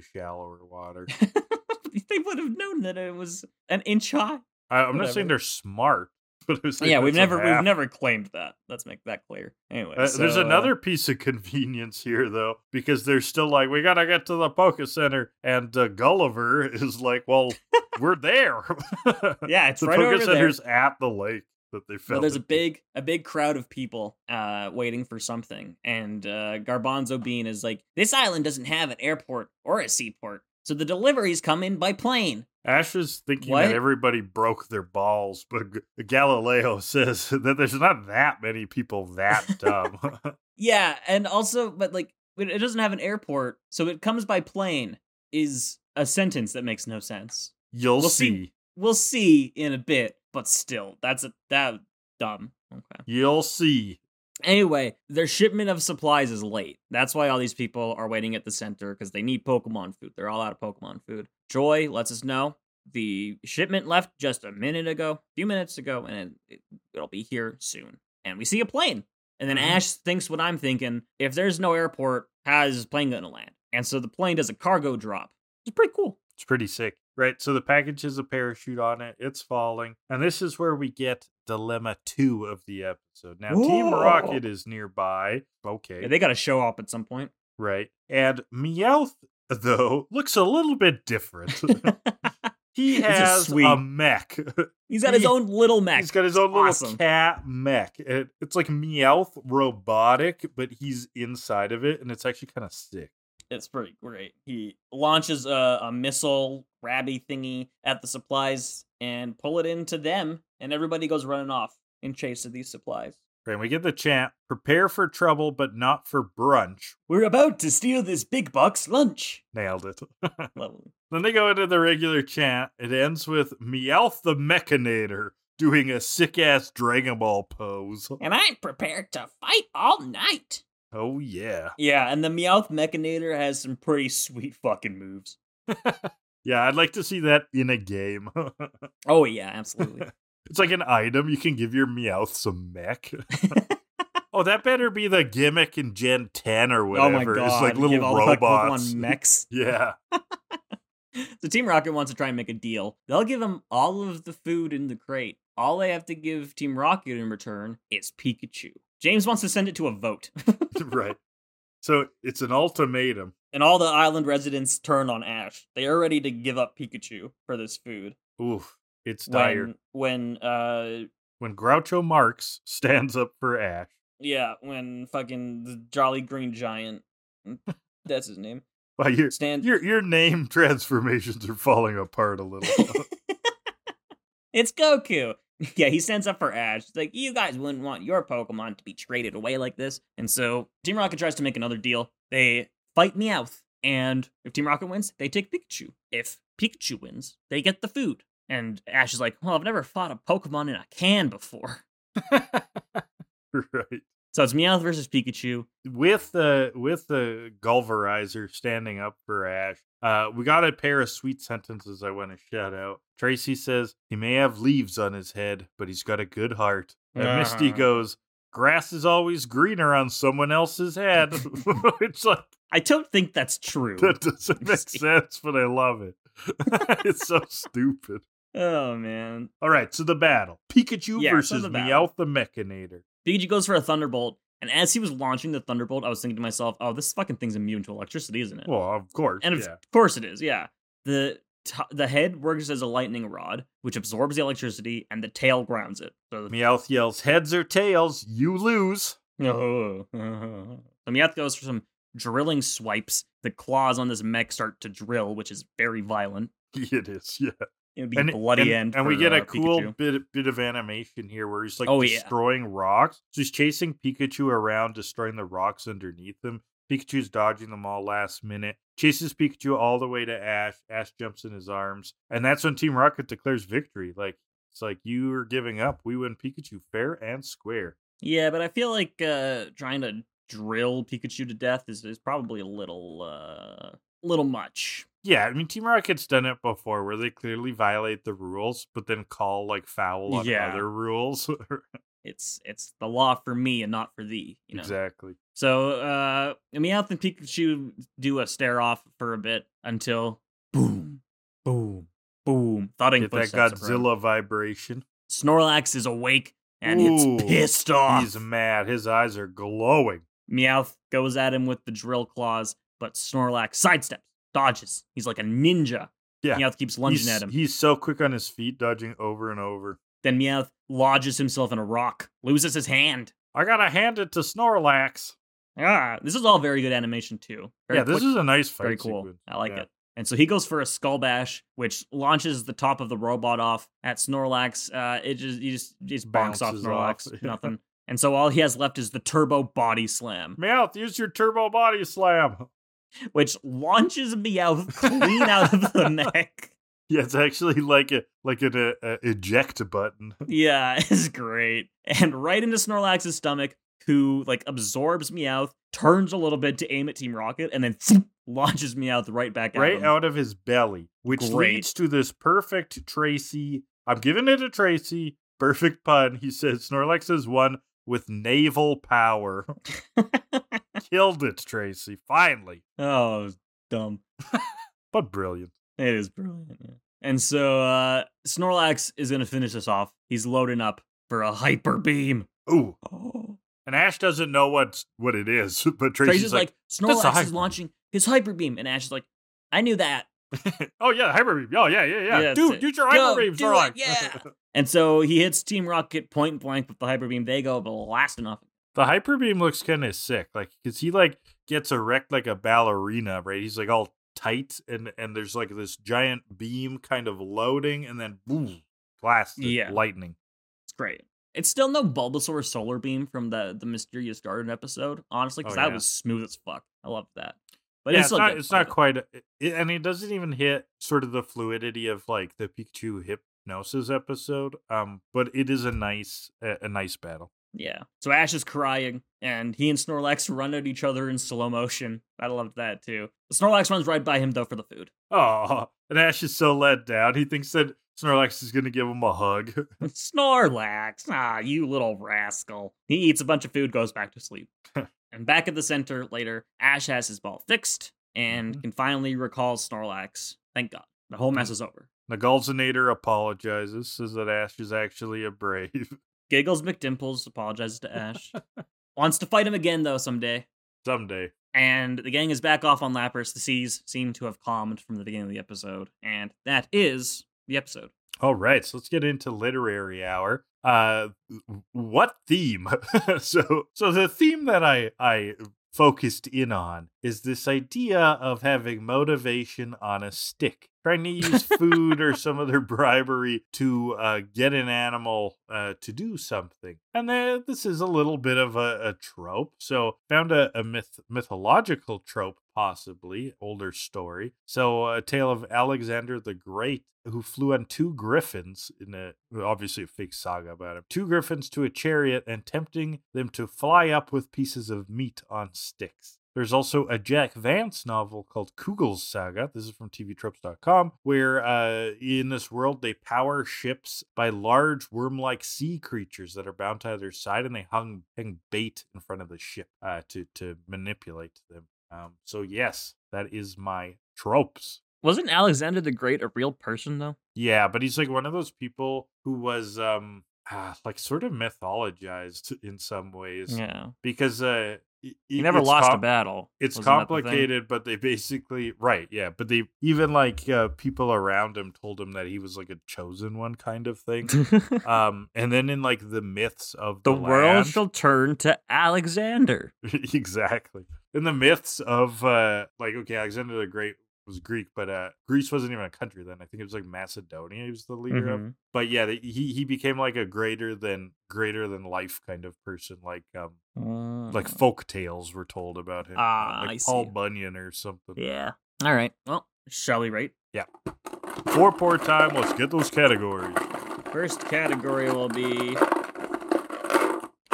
[SPEAKER 1] (laughs)
[SPEAKER 2] shallower water.
[SPEAKER 1] (laughs) they would have known that it was an inch high.
[SPEAKER 2] I, I'm not saying
[SPEAKER 1] Whatever.
[SPEAKER 2] they're smart, (laughs) but I'm saying
[SPEAKER 1] yeah, we've
[SPEAKER 2] that's a
[SPEAKER 1] never
[SPEAKER 2] half.
[SPEAKER 1] we've never claimed that. Let's make that clear. Anyway,
[SPEAKER 2] Uh, there's
[SPEAKER 1] so, uh,
[SPEAKER 2] another piece of (laughs) convenience here, though, because they're still like, we gotta get to the Poké Center, and uh, Gulliver (laughs) is like, well, we're there. (laughs) the
[SPEAKER 1] yeah, it's right
[SPEAKER 2] Poké
[SPEAKER 1] over there.
[SPEAKER 2] Center's at the lake that they
[SPEAKER 1] So
[SPEAKER 2] fell.
[SPEAKER 1] there's a
[SPEAKER 2] into.
[SPEAKER 1] big a big crowd of people uh, waiting for something, and uh, Garbanzo Bean is like, "This island doesn't have an airport or a seaport, so the deliveries come in by plane."
[SPEAKER 2] Ash is thinking
[SPEAKER 1] What?
[SPEAKER 2] that everybody broke their balls, but G- Galileo (laughs) says that there's not that many people
[SPEAKER 1] (laughs)
[SPEAKER 2] that dumb. (laughs)
[SPEAKER 1] Yeah, and also, but like, it it doesn't have an airport, so it comes by plane is a sentence that makes no sense.
[SPEAKER 2] You'll
[SPEAKER 1] We'll
[SPEAKER 2] see.
[SPEAKER 1] see. We'll see in a bit, but still, that's a that dumb. Okay.
[SPEAKER 2] You'll see.
[SPEAKER 1] Anyway, their shipment of supplies is late. That's why all these people are waiting at the center because they need Pokemon food. They're all out of Pokemon food. Joy lets us know the shipment left just a minute ago, a few minutes ago, and it, it'll be here soon. And we see a plane. And then
[SPEAKER 2] Mhm.
[SPEAKER 1] Ash thinks what I'm thinking if there's no airport, how is this plane going to land? And so the plane does a cargo drop. It's pretty cool.
[SPEAKER 2] It's pretty sick. Right. So the package has a parachute on it. It's falling. And this is where we get dilemma two of the episode. Now, Team
[SPEAKER 1] Whoa.
[SPEAKER 2] Rocket is nearby. Okay.
[SPEAKER 1] Yeah, they got to show up at some
[SPEAKER 2] (laughs)
[SPEAKER 1] point. (laughs)
[SPEAKER 2] right. And Meowth, though, looks a little
[SPEAKER 1] (laughs)
[SPEAKER 2] bit different. he
[SPEAKER 1] He's a
[SPEAKER 2] has a,
[SPEAKER 1] sweet-
[SPEAKER 2] mech. (laughs)
[SPEAKER 1] He's got his
[SPEAKER 2] He-
[SPEAKER 1] own little mech.
[SPEAKER 2] he's got his own little
[SPEAKER 1] Awesome.
[SPEAKER 2] cat mech. It- it's like Meowth robotic, but he's inside of it. And it's actually kind of sick.
[SPEAKER 1] It's pretty great. He launches a, a missile rabby thingy at the supplies and pull it into them, and everybody goes running off in chase of these supplies.
[SPEAKER 2] Right. And we get the chant prepare for trouble, but not for brunch.
[SPEAKER 1] We're about to steal this big box lunch.
[SPEAKER 2] Nailed it. (laughs)
[SPEAKER 1] Lovely.
[SPEAKER 2] Then they go into the regular chant. It ends with Meowth the Mechanator doing a sick ass Dragon Ball pose.
[SPEAKER 1] And I'm prepared to fight all night.
[SPEAKER 2] Oh, yeah.
[SPEAKER 1] Yeah, and the Meowth Mechanator has some pretty sweet fucking moves.
[SPEAKER 2] Yeah, I'd like to see that in a game. (laughs)
[SPEAKER 1] Oh yeah, (laughs) absolutely.
[SPEAKER 2] it's like an item. You can give your Meowth
[SPEAKER 1] (laughs)
[SPEAKER 2] some mech. oh, that better be the gimmick in Gen 10 or
[SPEAKER 1] oh
[SPEAKER 2] whatever.
[SPEAKER 1] my god,
[SPEAKER 2] It's like
[SPEAKER 1] give
[SPEAKER 2] little
[SPEAKER 1] all the fucking
[SPEAKER 2] robots.
[SPEAKER 1] Pokemon mechs.
[SPEAKER 2] (laughs) yeah.
[SPEAKER 1] So Team Rocket wants to try and make a deal. They'll give them all of the food in the crate. All they have to give Team Rocket in return is Pikachu. James wants to send it to a vote. (laughs)
[SPEAKER 2] right. So it's an ultimatum.
[SPEAKER 1] and all the island residents turn on Ash. They are ready to give up Pikachu for this food.
[SPEAKER 2] Oof. It's dire.
[SPEAKER 1] When when uh
[SPEAKER 2] when Groucho Marx stands up for Ash. (laughs)
[SPEAKER 1] yeah, when fucking the Jolly Green Giant that's his
[SPEAKER 2] (laughs)
[SPEAKER 1] name.
[SPEAKER 2] Well, you're,
[SPEAKER 1] Stand
[SPEAKER 2] Your your name (laughs) transformations are falling apart a little.
[SPEAKER 1] It's Goku. (laughs) Yeah, he stands up for Ash. He's like, you guys wouldn't want your Pokemon to be traded away like this. And so Team Rocket tries to make another deal. They fight Meowth. And if Team Rocket wins, they take Pikachu. If Pikachu wins, they get the food. And Ash is like, well, I've never fought a Pokemon in a can before. (laughs)
[SPEAKER 2] right.
[SPEAKER 1] So it's Meowth versus Pikachu.
[SPEAKER 2] With the with the Gulverizer standing up for Ash, uh, we got a pair of sweet sentences I want to shout out. Tracy says he may have leaves on his head, but he's got a good heart. And Misty
[SPEAKER 1] Uh-huh.
[SPEAKER 2] goes, "Grass is always greener on someone
[SPEAKER 1] (laughs)
[SPEAKER 2] else's head." (laughs) it's like
[SPEAKER 1] I don't think that's true.
[SPEAKER 2] that doesn't make
[SPEAKER 1] Misty.
[SPEAKER 2] sense, but I love it. (laughs) it's so stupid.
[SPEAKER 1] oh, man.
[SPEAKER 2] All right, so the battle: Pikachu
[SPEAKER 1] Yeah, so
[SPEAKER 2] versus
[SPEAKER 1] the battle.
[SPEAKER 2] Meowth the Mechanator.
[SPEAKER 1] Pikachu goes for a Thunderbolt. And as he was launching the Thunderbolt, I was thinking to myself, oh, this fucking thing's immune to electricity, isn't it?
[SPEAKER 2] Well, of course,
[SPEAKER 1] And of
[SPEAKER 2] yeah.
[SPEAKER 1] course it is, yeah. The t- the head works as a lightning rod, which absorbs the electricity, and the tail grounds it. So (laughs) the-
[SPEAKER 2] Meowth yells, heads or tails, you lose. (laughs)
[SPEAKER 1] So Oh. Meowth goes for some drilling swipes. The claws on this mech start to drill, which is very violent.
[SPEAKER 2] It is, yeah.
[SPEAKER 1] It'd be bloody
[SPEAKER 2] and,
[SPEAKER 1] end.
[SPEAKER 2] and we
[SPEAKER 1] for,
[SPEAKER 2] get a
[SPEAKER 1] uh,
[SPEAKER 2] cool
[SPEAKER 1] Pikachu.
[SPEAKER 2] bit bit of animation here where he's like
[SPEAKER 1] Oh, yeah.
[SPEAKER 2] destroying rocks. So he's chasing Pikachu around, destroying the rocks underneath him. Pikachu's dodging them all last minute. Chases Pikachu all the way to Ash. Ash jumps in his arms, and that's when Team Rocket declares victory. Like it's like you are giving up. We win Pikachu fair and square.
[SPEAKER 1] Yeah, but I feel like uh, trying to drill Pikachu to death is, is probably a little uh, little much.
[SPEAKER 2] Yeah, I mean Team Rocket's done it before where they clearly violate the rules, but then call like foul on
[SPEAKER 1] Yeah.
[SPEAKER 2] other rules. (laughs)
[SPEAKER 1] It's it's the law for me and not for thee. You know?
[SPEAKER 2] Exactly.
[SPEAKER 1] So uh, Meowth and Pikachu do a stare off for a bit until boom, boom, boom. Thudding
[SPEAKER 2] Get that
[SPEAKER 1] footsteps approach.
[SPEAKER 2] Godzilla vibration.
[SPEAKER 1] Snorlax is awake and
[SPEAKER 2] Ooh,
[SPEAKER 1] it's pissed off.
[SPEAKER 2] He's mad. His eyes are glowing.
[SPEAKER 1] Meowth goes at him with the drill claws, but Snorlax sidesteps, dodges. He's like a ninja.
[SPEAKER 2] Yeah.
[SPEAKER 1] Meowth keeps lunging
[SPEAKER 2] he's,
[SPEAKER 1] at him.
[SPEAKER 2] He's so quick on his feet, dodging over and over.
[SPEAKER 1] Then Meowth lodges himself in a rock, loses his hand.
[SPEAKER 2] I gotta hand it to Snorlax.
[SPEAKER 1] Ah, this is all very good animation too. Very
[SPEAKER 2] yeah, this
[SPEAKER 1] quick,
[SPEAKER 2] is a nice fight.
[SPEAKER 1] very cool.
[SPEAKER 2] sequence.
[SPEAKER 1] I like
[SPEAKER 2] Yeah.
[SPEAKER 1] it. And so he goes for a skull bash, which launches the top of the robot off at Snorlax. Uh, it just he just he just bonks off
[SPEAKER 2] Bounces
[SPEAKER 1] Snorlax,
[SPEAKER 2] (laughs) off.
[SPEAKER 1] nothing. And so all he has left is the turbo body slam,
[SPEAKER 2] Meowth, use your turbo body slam. (laughs)
[SPEAKER 1] which launches Meowth clean out of the neck.
[SPEAKER 2] Yeah, it's actually like a like an uh, uh, eject button.
[SPEAKER 1] Yeah, (laughs) it's great. And right into Snorlax's stomach, who like absorbs Meowth, turns a little bit to aim at Team Rocket, and then (laughs) launches Meowth right back at
[SPEAKER 2] right
[SPEAKER 1] him.
[SPEAKER 2] out of his belly, which
[SPEAKER 1] Great.
[SPEAKER 2] leads to this perfect Tracy. I'm giving it to Tracy. Perfect pun. He says Snorlax is one with
[SPEAKER 1] (laughs)
[SPEAKER 2] naval power. Killed it, Tracy. Finally,
[SPEAKER 1] oh, it was dumb.
[SPEAKER 2] but brilliant.
[SPEAKER 1] It is brilliant. yeah. And so uh, Snorlax is gonna finish this off. He's loading up for a hyper beam.
[SPEAKER 2] Ooh,
[SPEAKER 1] Oh.
[SPEAKER 2] and Ash doesn't know what what it is, (laughs) but Tracy's,
[SPEAKER 1] Trace is like,
[SPEAKER 2] "That's a
[SPEAKER 1] Snorlax
[SPEAKER 2] hyper
[SPEAKER 1] is
[SPEAKER 2] beam."
[SPEAKER 1] launching his hyper beam, and Ash is like, I knew that.
[SPEAKER 2] "Oh yeah, hyper beam. Oh yeah, yeah, yeah.
[SPEAKER 1] Yeah, that's
[SPEAKER 2] Dude,
[SPEAKER 1] it.
[SPEAKER 2] use your
[SPEAKER 1] Go,
[SPEAKER 2] hyper beam,
[SPEAKER 1] do
[SPEAKER 2] Snorlax.
[SPEAKER 1] it, yeah. And so he hits Team Rocket point blank with the hyper beam. They go blasting off.
[SPEAKER 2] The hyper beam looks kind of sick, like because he like gets erect like a ballerina, right? He's like all tight, and and there's like this giant beam kind of loading, and then boom, blast,
[SPEAKER 1] Yeah.
[SPEAKER 2] lightning.
[SPEAKER 1] It's great. It's still no Bulbasaur solar beam from the the mysterious garden episode, honestly, because
[SPEAKER 2] Oh,
[SPEAKER 1] that
[SPEAKER 2] yeah.
[SPEAKER 1] was smooth as fuck. I loved that. But
[SPEAKER 2] yeah,
[SPEAKER 1] it's,
[SPEAKER 2] it's
[SPEAKER 1] still
[SPEAKER 2] not
[SPEAKER 1] good.
[SPEAKER 2] it's
[SPEAKER 1] I
[SPEAKER 2] not
[SPEAKER 1] like it.
[SPEAKER 2] quite, it, and it doesn't even hit sort of the fluidity of like the Pikachu hypnosis episode. Um, but it is a nice a, a nice battle.
[SPEAKER 1] Yeah. So Ash is crying, and he and Snorlax run at each other in slow motion. I loved that too. Snorlax runs right by him though for the food.
[SPEAKER 2] Oh, and Ash is so let down. He thinks that Snorlax is gonna give him a hug. (laughs)
[SPEAKER 1] Snorlax, ah, you little rascal. He eats a bunch of food, goes back to sleep. and back at the center later, Ash has his ball fixed and
[SPEAKER 2] Mhm.
[SPEAKER 1] can finally recall Snorlax. Thank God. The whole mess is over.
[SPEAKER 2] The Galzinator apologizes, says that Ash is actually a brave. (laughs)
[SPEAKER 1] Giggles McDimples apologizes to Ash. Wants to fight him again though someday.
[SPEAKER 2] Someday.
[SPEAKER 1] And the gang is back off on Lapras. The seas seem to have calmed from the beginning of the episode. And that is the episode.
[SPEAKER 2] All right, so let's get into literary hour. Uh, w- what theme? (laughs) so, so the theme that I I focused in on is this idea of having motivation on a stick, trying to use food or some other bribery to uh, get an animal uh, to do something. And then this is a little bit of a, a trope. So, found a, a myth mythological trope possibly older story. So, a tale of Alexander the Great who flew on two griffins in a obviously a fake saga about him. Two griffins to a chariot and tempting them to fly up with pieces of meat on sticks. There's also a Jack Vance novel called Kugel's Saga. This is from TVTropes.com, where uh, in this world they power ships by large worm like sea creatures that are bound to either side and they hung, hang bait in front of the ship uh, to, to manipulate them. Um, so, yes, that is my tropes.
[SPEAKER 1] Wasn't Alexander the Great a real person though?
[SPEAKER 2] Yeah, but he's like one of those people who was um ah, like sort of mythologized in some ways
[SPEAKER 1] Yeah.
[SPEAKER 2] because uh
[SPEAKER 1] He never lost a
[SPEAKER 2] battle
[SPEAKER 1] battle.
[SPEAKER 2] it's
[SPEAKER 1] Wasn't that the thing?
[SPEAKER 2] complicated but they basically right yeah but they even like uh, people around him told him that he was like a chosen one kind
[SPEAKER 1] (laughs)
[SPEAKER 2] of thing um and then in like the myths of the,
[SPEAKER 1] the world
[SPEAKER 2] land-
[SPEAKER 1] shall turn to Alexander.
[SPEAKER 2] (laughs) exactly in the myths of uh like okay, Alexander the Great was Greek, but uh Greece wasn't even a country then. I think it was like Macedonia he was the leader of.
[SPEAKER 1] Mhm.
[SPEAKER 2] But yeah, the, he he became like a greater than greater than life kind of person like um like
[SPEAKER 1] Mm.
[SPEAKER 2] folk tales were told about him. uh,
[SPEAKER 1] Ah,
[SPEAKER 2] like
[SPEAKER 1] I
[SPEAKER 2] Paul
[SPEAKER 1] see.
[SPEAKER 2] Bunyan or something.
[SPEAKER 1] Yeah. All right. Well, shall we rate?
[SPEAKER 2] Four poor time, let's get those categories.
[SPEAKER 1] First category will be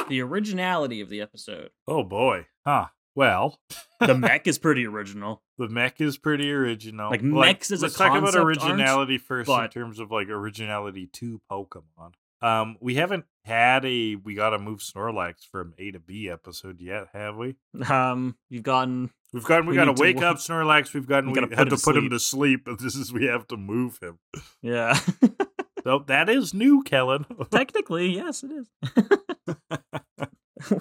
[SPEAKER 1] the originality of the episode.
[SPEAKER 2] Oh boy. Huh. Well, (laughs)
[SPEAKER 1] The mech is pretty original.
[SPEAKER 2] The mech is pretty original.
[SPEAKER 1] Like, mechs as a
[SPEAKER 2] let's talk about
[SPEAKER 1] concept aren't,
[SPEAKER 2] originality first in
[SPEAKER 1] but-
[SPEAKER 2] terms of like originality to Pokemon. Um, we haven't had a we gotta move Snorlax from A to B episode yet, have we?
[SPEAKER 1] Um, you've gotten
[SPEAKER 2] We've gotten we,
[SPEAKER 1] We
[SPEAKER 2] gotta
[SPEAKER 1] need to
[SPEAKER 2] wake
[SPEAKER 1] wo-
[SPEAKER 2] up Snorlax. We've gotten
[SPEAKER 1] We
[SPEAKER 2] we,
[SPEAKER 1] gotta put
[SPEAKER 2] had
[SPEAKER 1] him
[SPEAKER 2] to put him to sleep. (laughs) and This is we have to move him.
[SPEAKER 1] yeah. (laughs)
[SPEAKER 2] So that is new, Kellen. (laughs)
[SPEAKER 1] Technically, yes, it is. (laughs)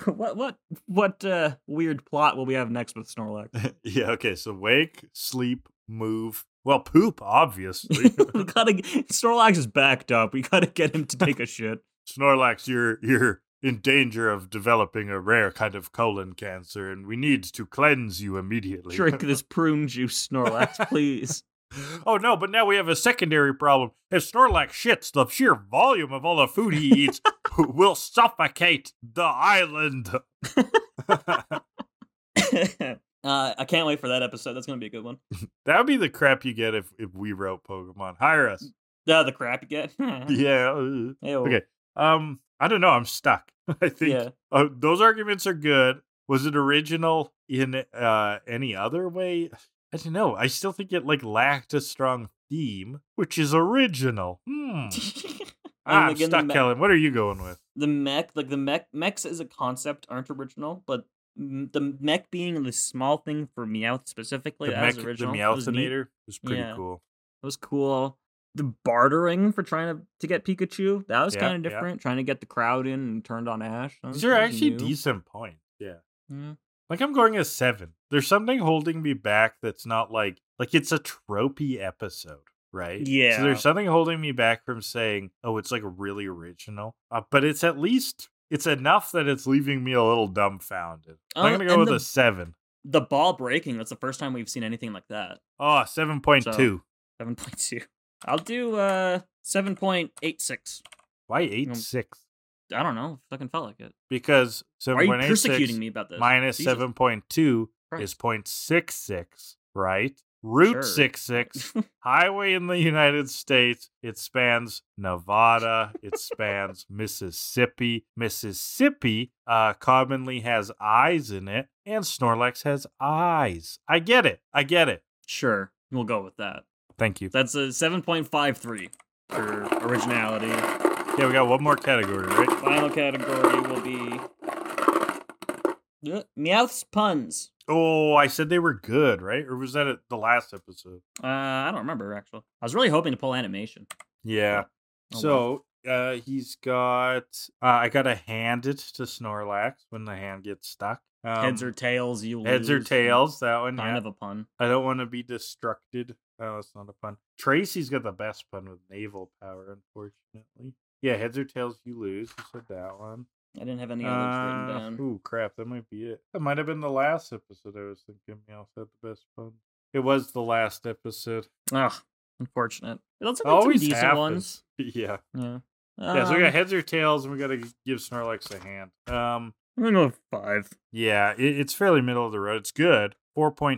[SPEAKER 1] what what what uh, weird plot will we have next with Snorlax?
[SPEAKER 2] (laughs)
[SPEAKER 1] (laughs)
[SPEAKER 2] yeah. Okay. So wake, sleep, move. Well, poop (laughs) obviously.
[SPEAKER 1] we gotta g- Snorlax is backed up. We gotta get him to take a
[SPEAKER 2] (laughs)
[SPEAKER 1] shit.
[SPEAKER 2] Snorlax, you're you're in danger of developing a rare kind of colon cancer, and we need to cleanse you immediately.
[SPEAKER 1] Drink
[SPEAKER 2] (laughs)
[SPEAKER 1] this prune juice, Snorlax, please. (laughs)
[SPEAKER 2] oh no, but now we have a secondary problem. If Snorlax shits, the sheer volume of all the food he (laughs) eats will suffocate the island. that
[SPEAKER 1] uh, I can't wait for that episode. That's gonna be a good one.
[SPEAKER 2] would be the crap you get if, if we wrote Pokemon. Hire us.
[SPEAKER 1] Uh, the crap you (laughs) get.
[SPEAKER 2] Yeah. uh,
[SPEAKER 1] Ew.
[SPEAKER 2] Okay. Um, I don't know. I'm stuck. (laughs) I think
[SPEAKER 1] Yeah. (laughs)
[SPEAKER 2] Uh, those arguments are good. Was it original in uh, any other way? I don't know. I still think it like lacked a strong theme, which is original.
[SPEAKER 1] (laughs)
[SPEAKER 2] Hmm. Ah, I'm
[SPEAKER 1] like in the
[SPEAKER 2] stuck,
[SPEAKER 1] ma-
[SPEAKER 2] Kellen. What are you going with?
[SPEAKER 1] the mech, like the mech, mechs as a concept aren't original, but m- the mech being the small thing for Meowth specifically,
[SPEAKER 2] the
[SPEAKER 1] that
[SPEAKER 2] mech,
[SPEAKER 1] was
[SPEAKER 2] the
[SPEAKER 1] original. That was neat.
[SPEAKER 2] Meowthinator was pretty
[SPEAKER 1] Yeah.
[SPEAKER 2] cool.
[SPEAKER 1] That was cool. The bartering for trying to, to get Pikachu, that was
[SPEAKER 2] Yeah,
[SPEAKER 1] kind
[SPEAKER 2] yeah.
[SPEAKER 1] of different. Trying to get the crowd in and turned on Ash. That was-
[SPEAKER 2] These are
[SPEAKER 1] that was
[SPEAKER 2] actually
[SPEAKER 1] new.
[SPEAKER 2] decent points. Yeah.
[SPEAKER 1] Yeah.
[SPEAKER 2] Like I'm going a seven. There's something holding me back that's not like like it's a tropey episode, right? So
[SPEAKER 1] Yeah.
[SPEAKER 2] there's something holding me back from saying, oh, it's like really original. Uh, but it's at least it's enough that it's leaving me a little dumbfounded.
[SPEAKER 1] Oh,
[SPEAKER 2] I'm gonna go
[SPEAKER 1] and
[SPEAKER 2] with
[SPEAKER 1] the-
[SPEAKER 2] a seven.
[SPEAKER 1] The ball breaking, that's the first time we've seen anything like that.
[SPEAKER 2] Oh, 7.2.
[SPEAKER 1] 7.2. I'll do uh 7.86.
[SPEAKER 2] Why eight
[SPEAKER 1] Um,
[SPEAKER 2] six?
[SPEAKER 1] I don't know. Fucking felt like it.
[SPEAKER 2] Because
[SPEAKER 1] Why are
[SPEAKER 2] seven
[SPEAKER 1] you
[SPEAKER 2] point eight six
[SPEAKER 1] persecuting me about this?
[SPEAKER 2] minus
[SPEAKER 1] Jesus
[SPEAKER 2] seven point two
[SPEAKER 1] Christ.
[SPEAKER 2] is 0.66, right? Route
[SPEAKER 1] Sure.
[SPEAKER 2] six six. highway in the United States. It spans Nevada. It spans Mississippi. Mississippi uh, commonly has eyes in it, and Snorlax has eyes. I get it. I get it.
[SPEAKER 1] (laughs) Sure, we'll go with that.
[SPEAKER 2] Thank you.
[SPEAKER 1] That's a 7.53 for originality.
[SPEAKER 2] Yeah, we got one more category, right?
[SPEAKER 1] Final category will be Uh, Meowth's puns.
[SPEAKER 2] Oh, I said they were good, right? Or was that at the last episode?
[SPEAKER 1] Uh, I don't remember actually. I was really hoping to pull animation.
[SPEAKER 2] Yeah.
[SPEAKER 1] Oh,
[SPEAKER 2] So uh, he's got. Uh, I gotta hand it to Snorlax when the hand gets stuck. Um,
[SPEAKER 1] heads or tails, you
[SPEAKER 2] heads or
[SPEAKER 1] lose.
[SPEAKER 2] tails. That one.
[SPEAKER 1] Kind
[SPEAKER 2] yeah.
[SPEAKER 1] of a pun.
[SPEAKER 2] I don't want to be destructed. Oh, that's not a pun. Tracy's got the best pun with naval power, unfortunately. Yeah, heads or tails, you lose. You said that one.
[SPEAKER 1] I didn't have any others
[SPEAKER 2] Uh,
[SPEAKER 1] written down.
[SPEAKER 2] ooh, crap, that might be it. That might have been the last episode I was thinking Meow had the best pun. It was the last episode.
[SPEAKER 1] Ugh, unfortunate. It looks like some
[SPEAKER 2] Always
[SPEAKER 1] decent
[SPEAKER 2] happens.
[SPEAKER 1] ones.
[SPEAKER 2] (laughs) Yeah.
[SPEAKER 1] Yeah.
[SPEAKER 2] yeah, so we
[SPEAKER 1] Um,
[SPEAKER 2] got heads or tails, and we got to give Snorlax a hand. Um,
[SPEAKER 1] I'm gonna go with five. I'm
[SPEAKER 2] Yeah, it, it's fairly middle of the road. It's good.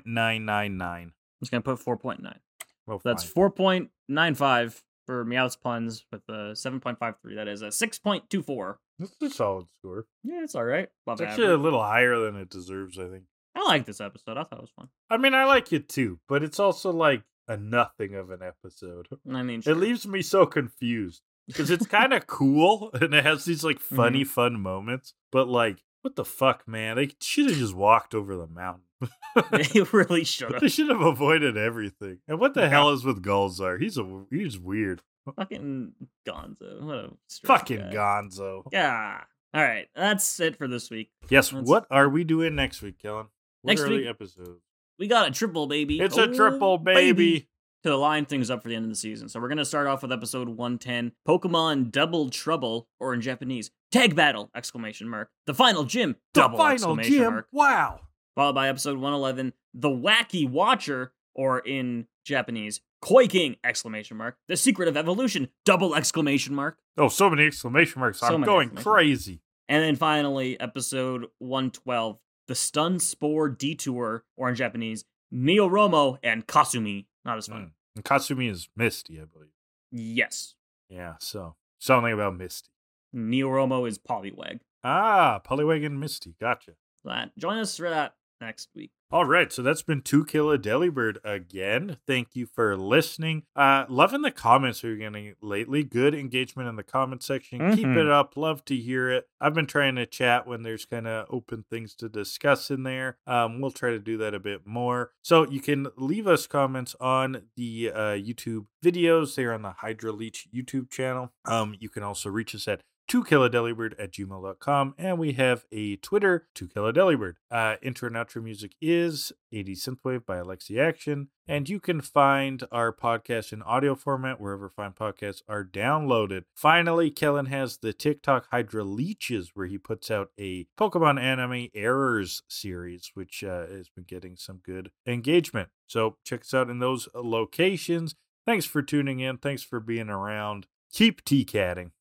[SPEAKER 2] 4.999.
[SPEAKER 1] just gonna put four point nine.
[SPEAKER 2] Well,
[SPEAKER 1] That's
[SPEAKER 2] Oh, fine.
[SPEAKER 1] four point nine five for Meowth's puns with a seven point five three. That is a six point two four.
[SPEAKER 2] That's a solid score.
[SPEAKER 1] Yeah, it's all right. Above
[SPEAKER 2] It's actually a
[SPEAKER 1] average.
[SPEAKER 2] little higher than it deserves, I think.
[SPEAKER 1] I like this episode. I thought it was fun.
[SPEAKER 2] I mean, I like it too, but it's also like a nothing of
[SPEAKER 1] (laughs)
[SPEAKER 2] an episode.
[SPEAKER 1] I mean,
[SPEAKER 2] It
[SPEAKER 1] sure.
[SPEAKER 2] leaves me so confused because it's kind of cool (laughs) and it has these like funny,
[SPEAKER 1] Mm-hmm.
[SPEAKER 2] fun moments, but like, what the fuck, man? They should have just walked over
[SPEAKER 1] (laughs)
[SPEAKER 2] the mountain. (laughs)
[SPEAKER 1] it really should
[SPEAKER 2] they
[SPEAKER 1] have.
[SPEAKER 2] should have avoided everything. And what the hell is with Gulzar? He's a he's weird.
[SPEAKER 1] Fucking Gonzo. What a strange
[SPEAKER 2] Fucking
[SPEAKER 1] guy.
[SPEAKER 2] Gonzo.
[SPEAKER 1] Yeah. All right. That's it for this week.
[SPEAKER 2] Yes.
[SPEAKER 1] That's-
[SPEAKER 2] What are we doing next week, Kellen? What
[SPEAKER 1] Next
[SPEAKER 2] are the
[SPEAKER 1] week-
[SPEAKER 2] episodes?
[SPEAKER 1] We got a triple baby.
[SPEAKER 2] It's
[SPEAKER 1] Oh,
[SPEAKER 2] a triple baby.
[SPEAKER 1] To line things up for the end of the season. So we're going to start off with episode 110 Pokemon Double Trouble, or in Japanese, Tag Battle! Exclamation mark. The final gym.
[SPEAKER 2] The
[SPEAKER 1] double
[SPEAKER 2] final
[SPEAKER 1] exclamation
[SPEAKER 2] gym.
[SPEAKER 1] mark.
[SPEAKER 2] Wow.
[SPEAKER 1] followed by episode 111, The Wacky Watcher, or in Japanese, Koi King! Exclamation mark. The Secret of Evolution! Double exclamation mark.
[SPEAKER 2] Oh, so many exclamation marks.
[SPEAKER 1] So
[SPEAKER 2] I'm
[SPEAKER 1] many
[SPEAKER 2] going
[SPEAKER 1] exclamation marks.
[SPEAKER 2] crazy.
[SPEAKER 1] And then finally, episode 112, The Stun Spore Detour, or in Japanese, Neo Romo and Kasumi. Not as fun.
[SPEAKER 2] Mm. And Katsumi is Misty, I believe.
[SPEAKER 1] Yes.
[SPEAKER 2] Yeah, so something about Misty.
[SPEAKER 1] Neo Romo is Poliwag.
[SPEAKER 2] Ah, Poliwag and Misty. Gotcha.
[SPEAKER 1] That. Join us for that next week.
[SPEAKER 2] All right, so that's been Two Kill a Delibird again. Thank you for listening. Uh, loving the comments we're getting lately. Good engagement in the comment section. Keep
[SPEAKER 1] Mhm.
[SPEAKER 2] it up. Love to hear it. I've been trying to chat when there's kind of open things to discuss in there. Um, we'll try to do that a bit more. So you can leave us comments on the uh, YouTube videos. They're on the Hydra Leech YouTube channel. Um, you can also reach us at to kill a delibird at gmail.com and we have a twitter to kill a delibird uh, intro and outro music is 80 synthwave by alexi action and you can find our podcast in audio format wherever fine podcasts are downloaded finally kellen has the tiktok hydra leeches where he puts out a pokemon anime errors series which uh, has been getting some good engagement so check us out in those locations thanks for tuning in thanks for being around keep t-catting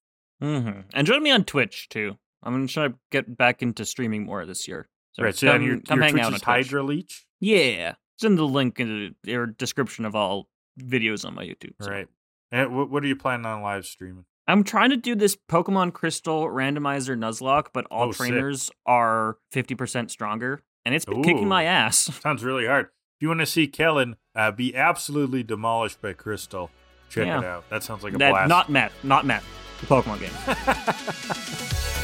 [SPEAKER 1] Mm-hmm. And join me on Twitch too. I'm gonna try to get back into streaming more this year.
[SPEAKER 2] right, so
[SPEAKER 1] come,
[SPEAKER 2] your,
[SPEAKER 1] come
[SPEAKER 2] your
[SPEAKER 1] hang
[SPEAKER 2] Twitch
[SPEAKER 1] out on
[SPEAKER 2] is
[SPEAKER 1] Twitch.
[SPEAKER 2] Hydra Leech.
[SPEAKER 1] Yeah, it's in the link in the or description of all videos on my YouTube.
[SPEAKER 2] All
[SPEAKER 1] so.
[SPEAKER 2] right. And what, what are you planning on live streaming?
[SPEAKER 1] I'm trying to do this Pokemon Crystal Randomizer Nuzlocke, but all
[SPEAKER 2] Oh, sick.
[SPEAKER 1] trainers are 50% stronger, and it's been
[SPEAKER 2] Ooh.
[SPEAKER 1] kicking my ass.
[SPEAKER 2] Sounds really hard. If you want to see Kellen uh, be absolutely demolished by Crystal, check
[SPEAKER 1] Yeah.
[SPEAKER 2] it out. That sounds like a
[SPEAKER 1] That-
[SPEAKER 2] blast.
[SPEAKER 1] not meth, not meth. The Pokemon game.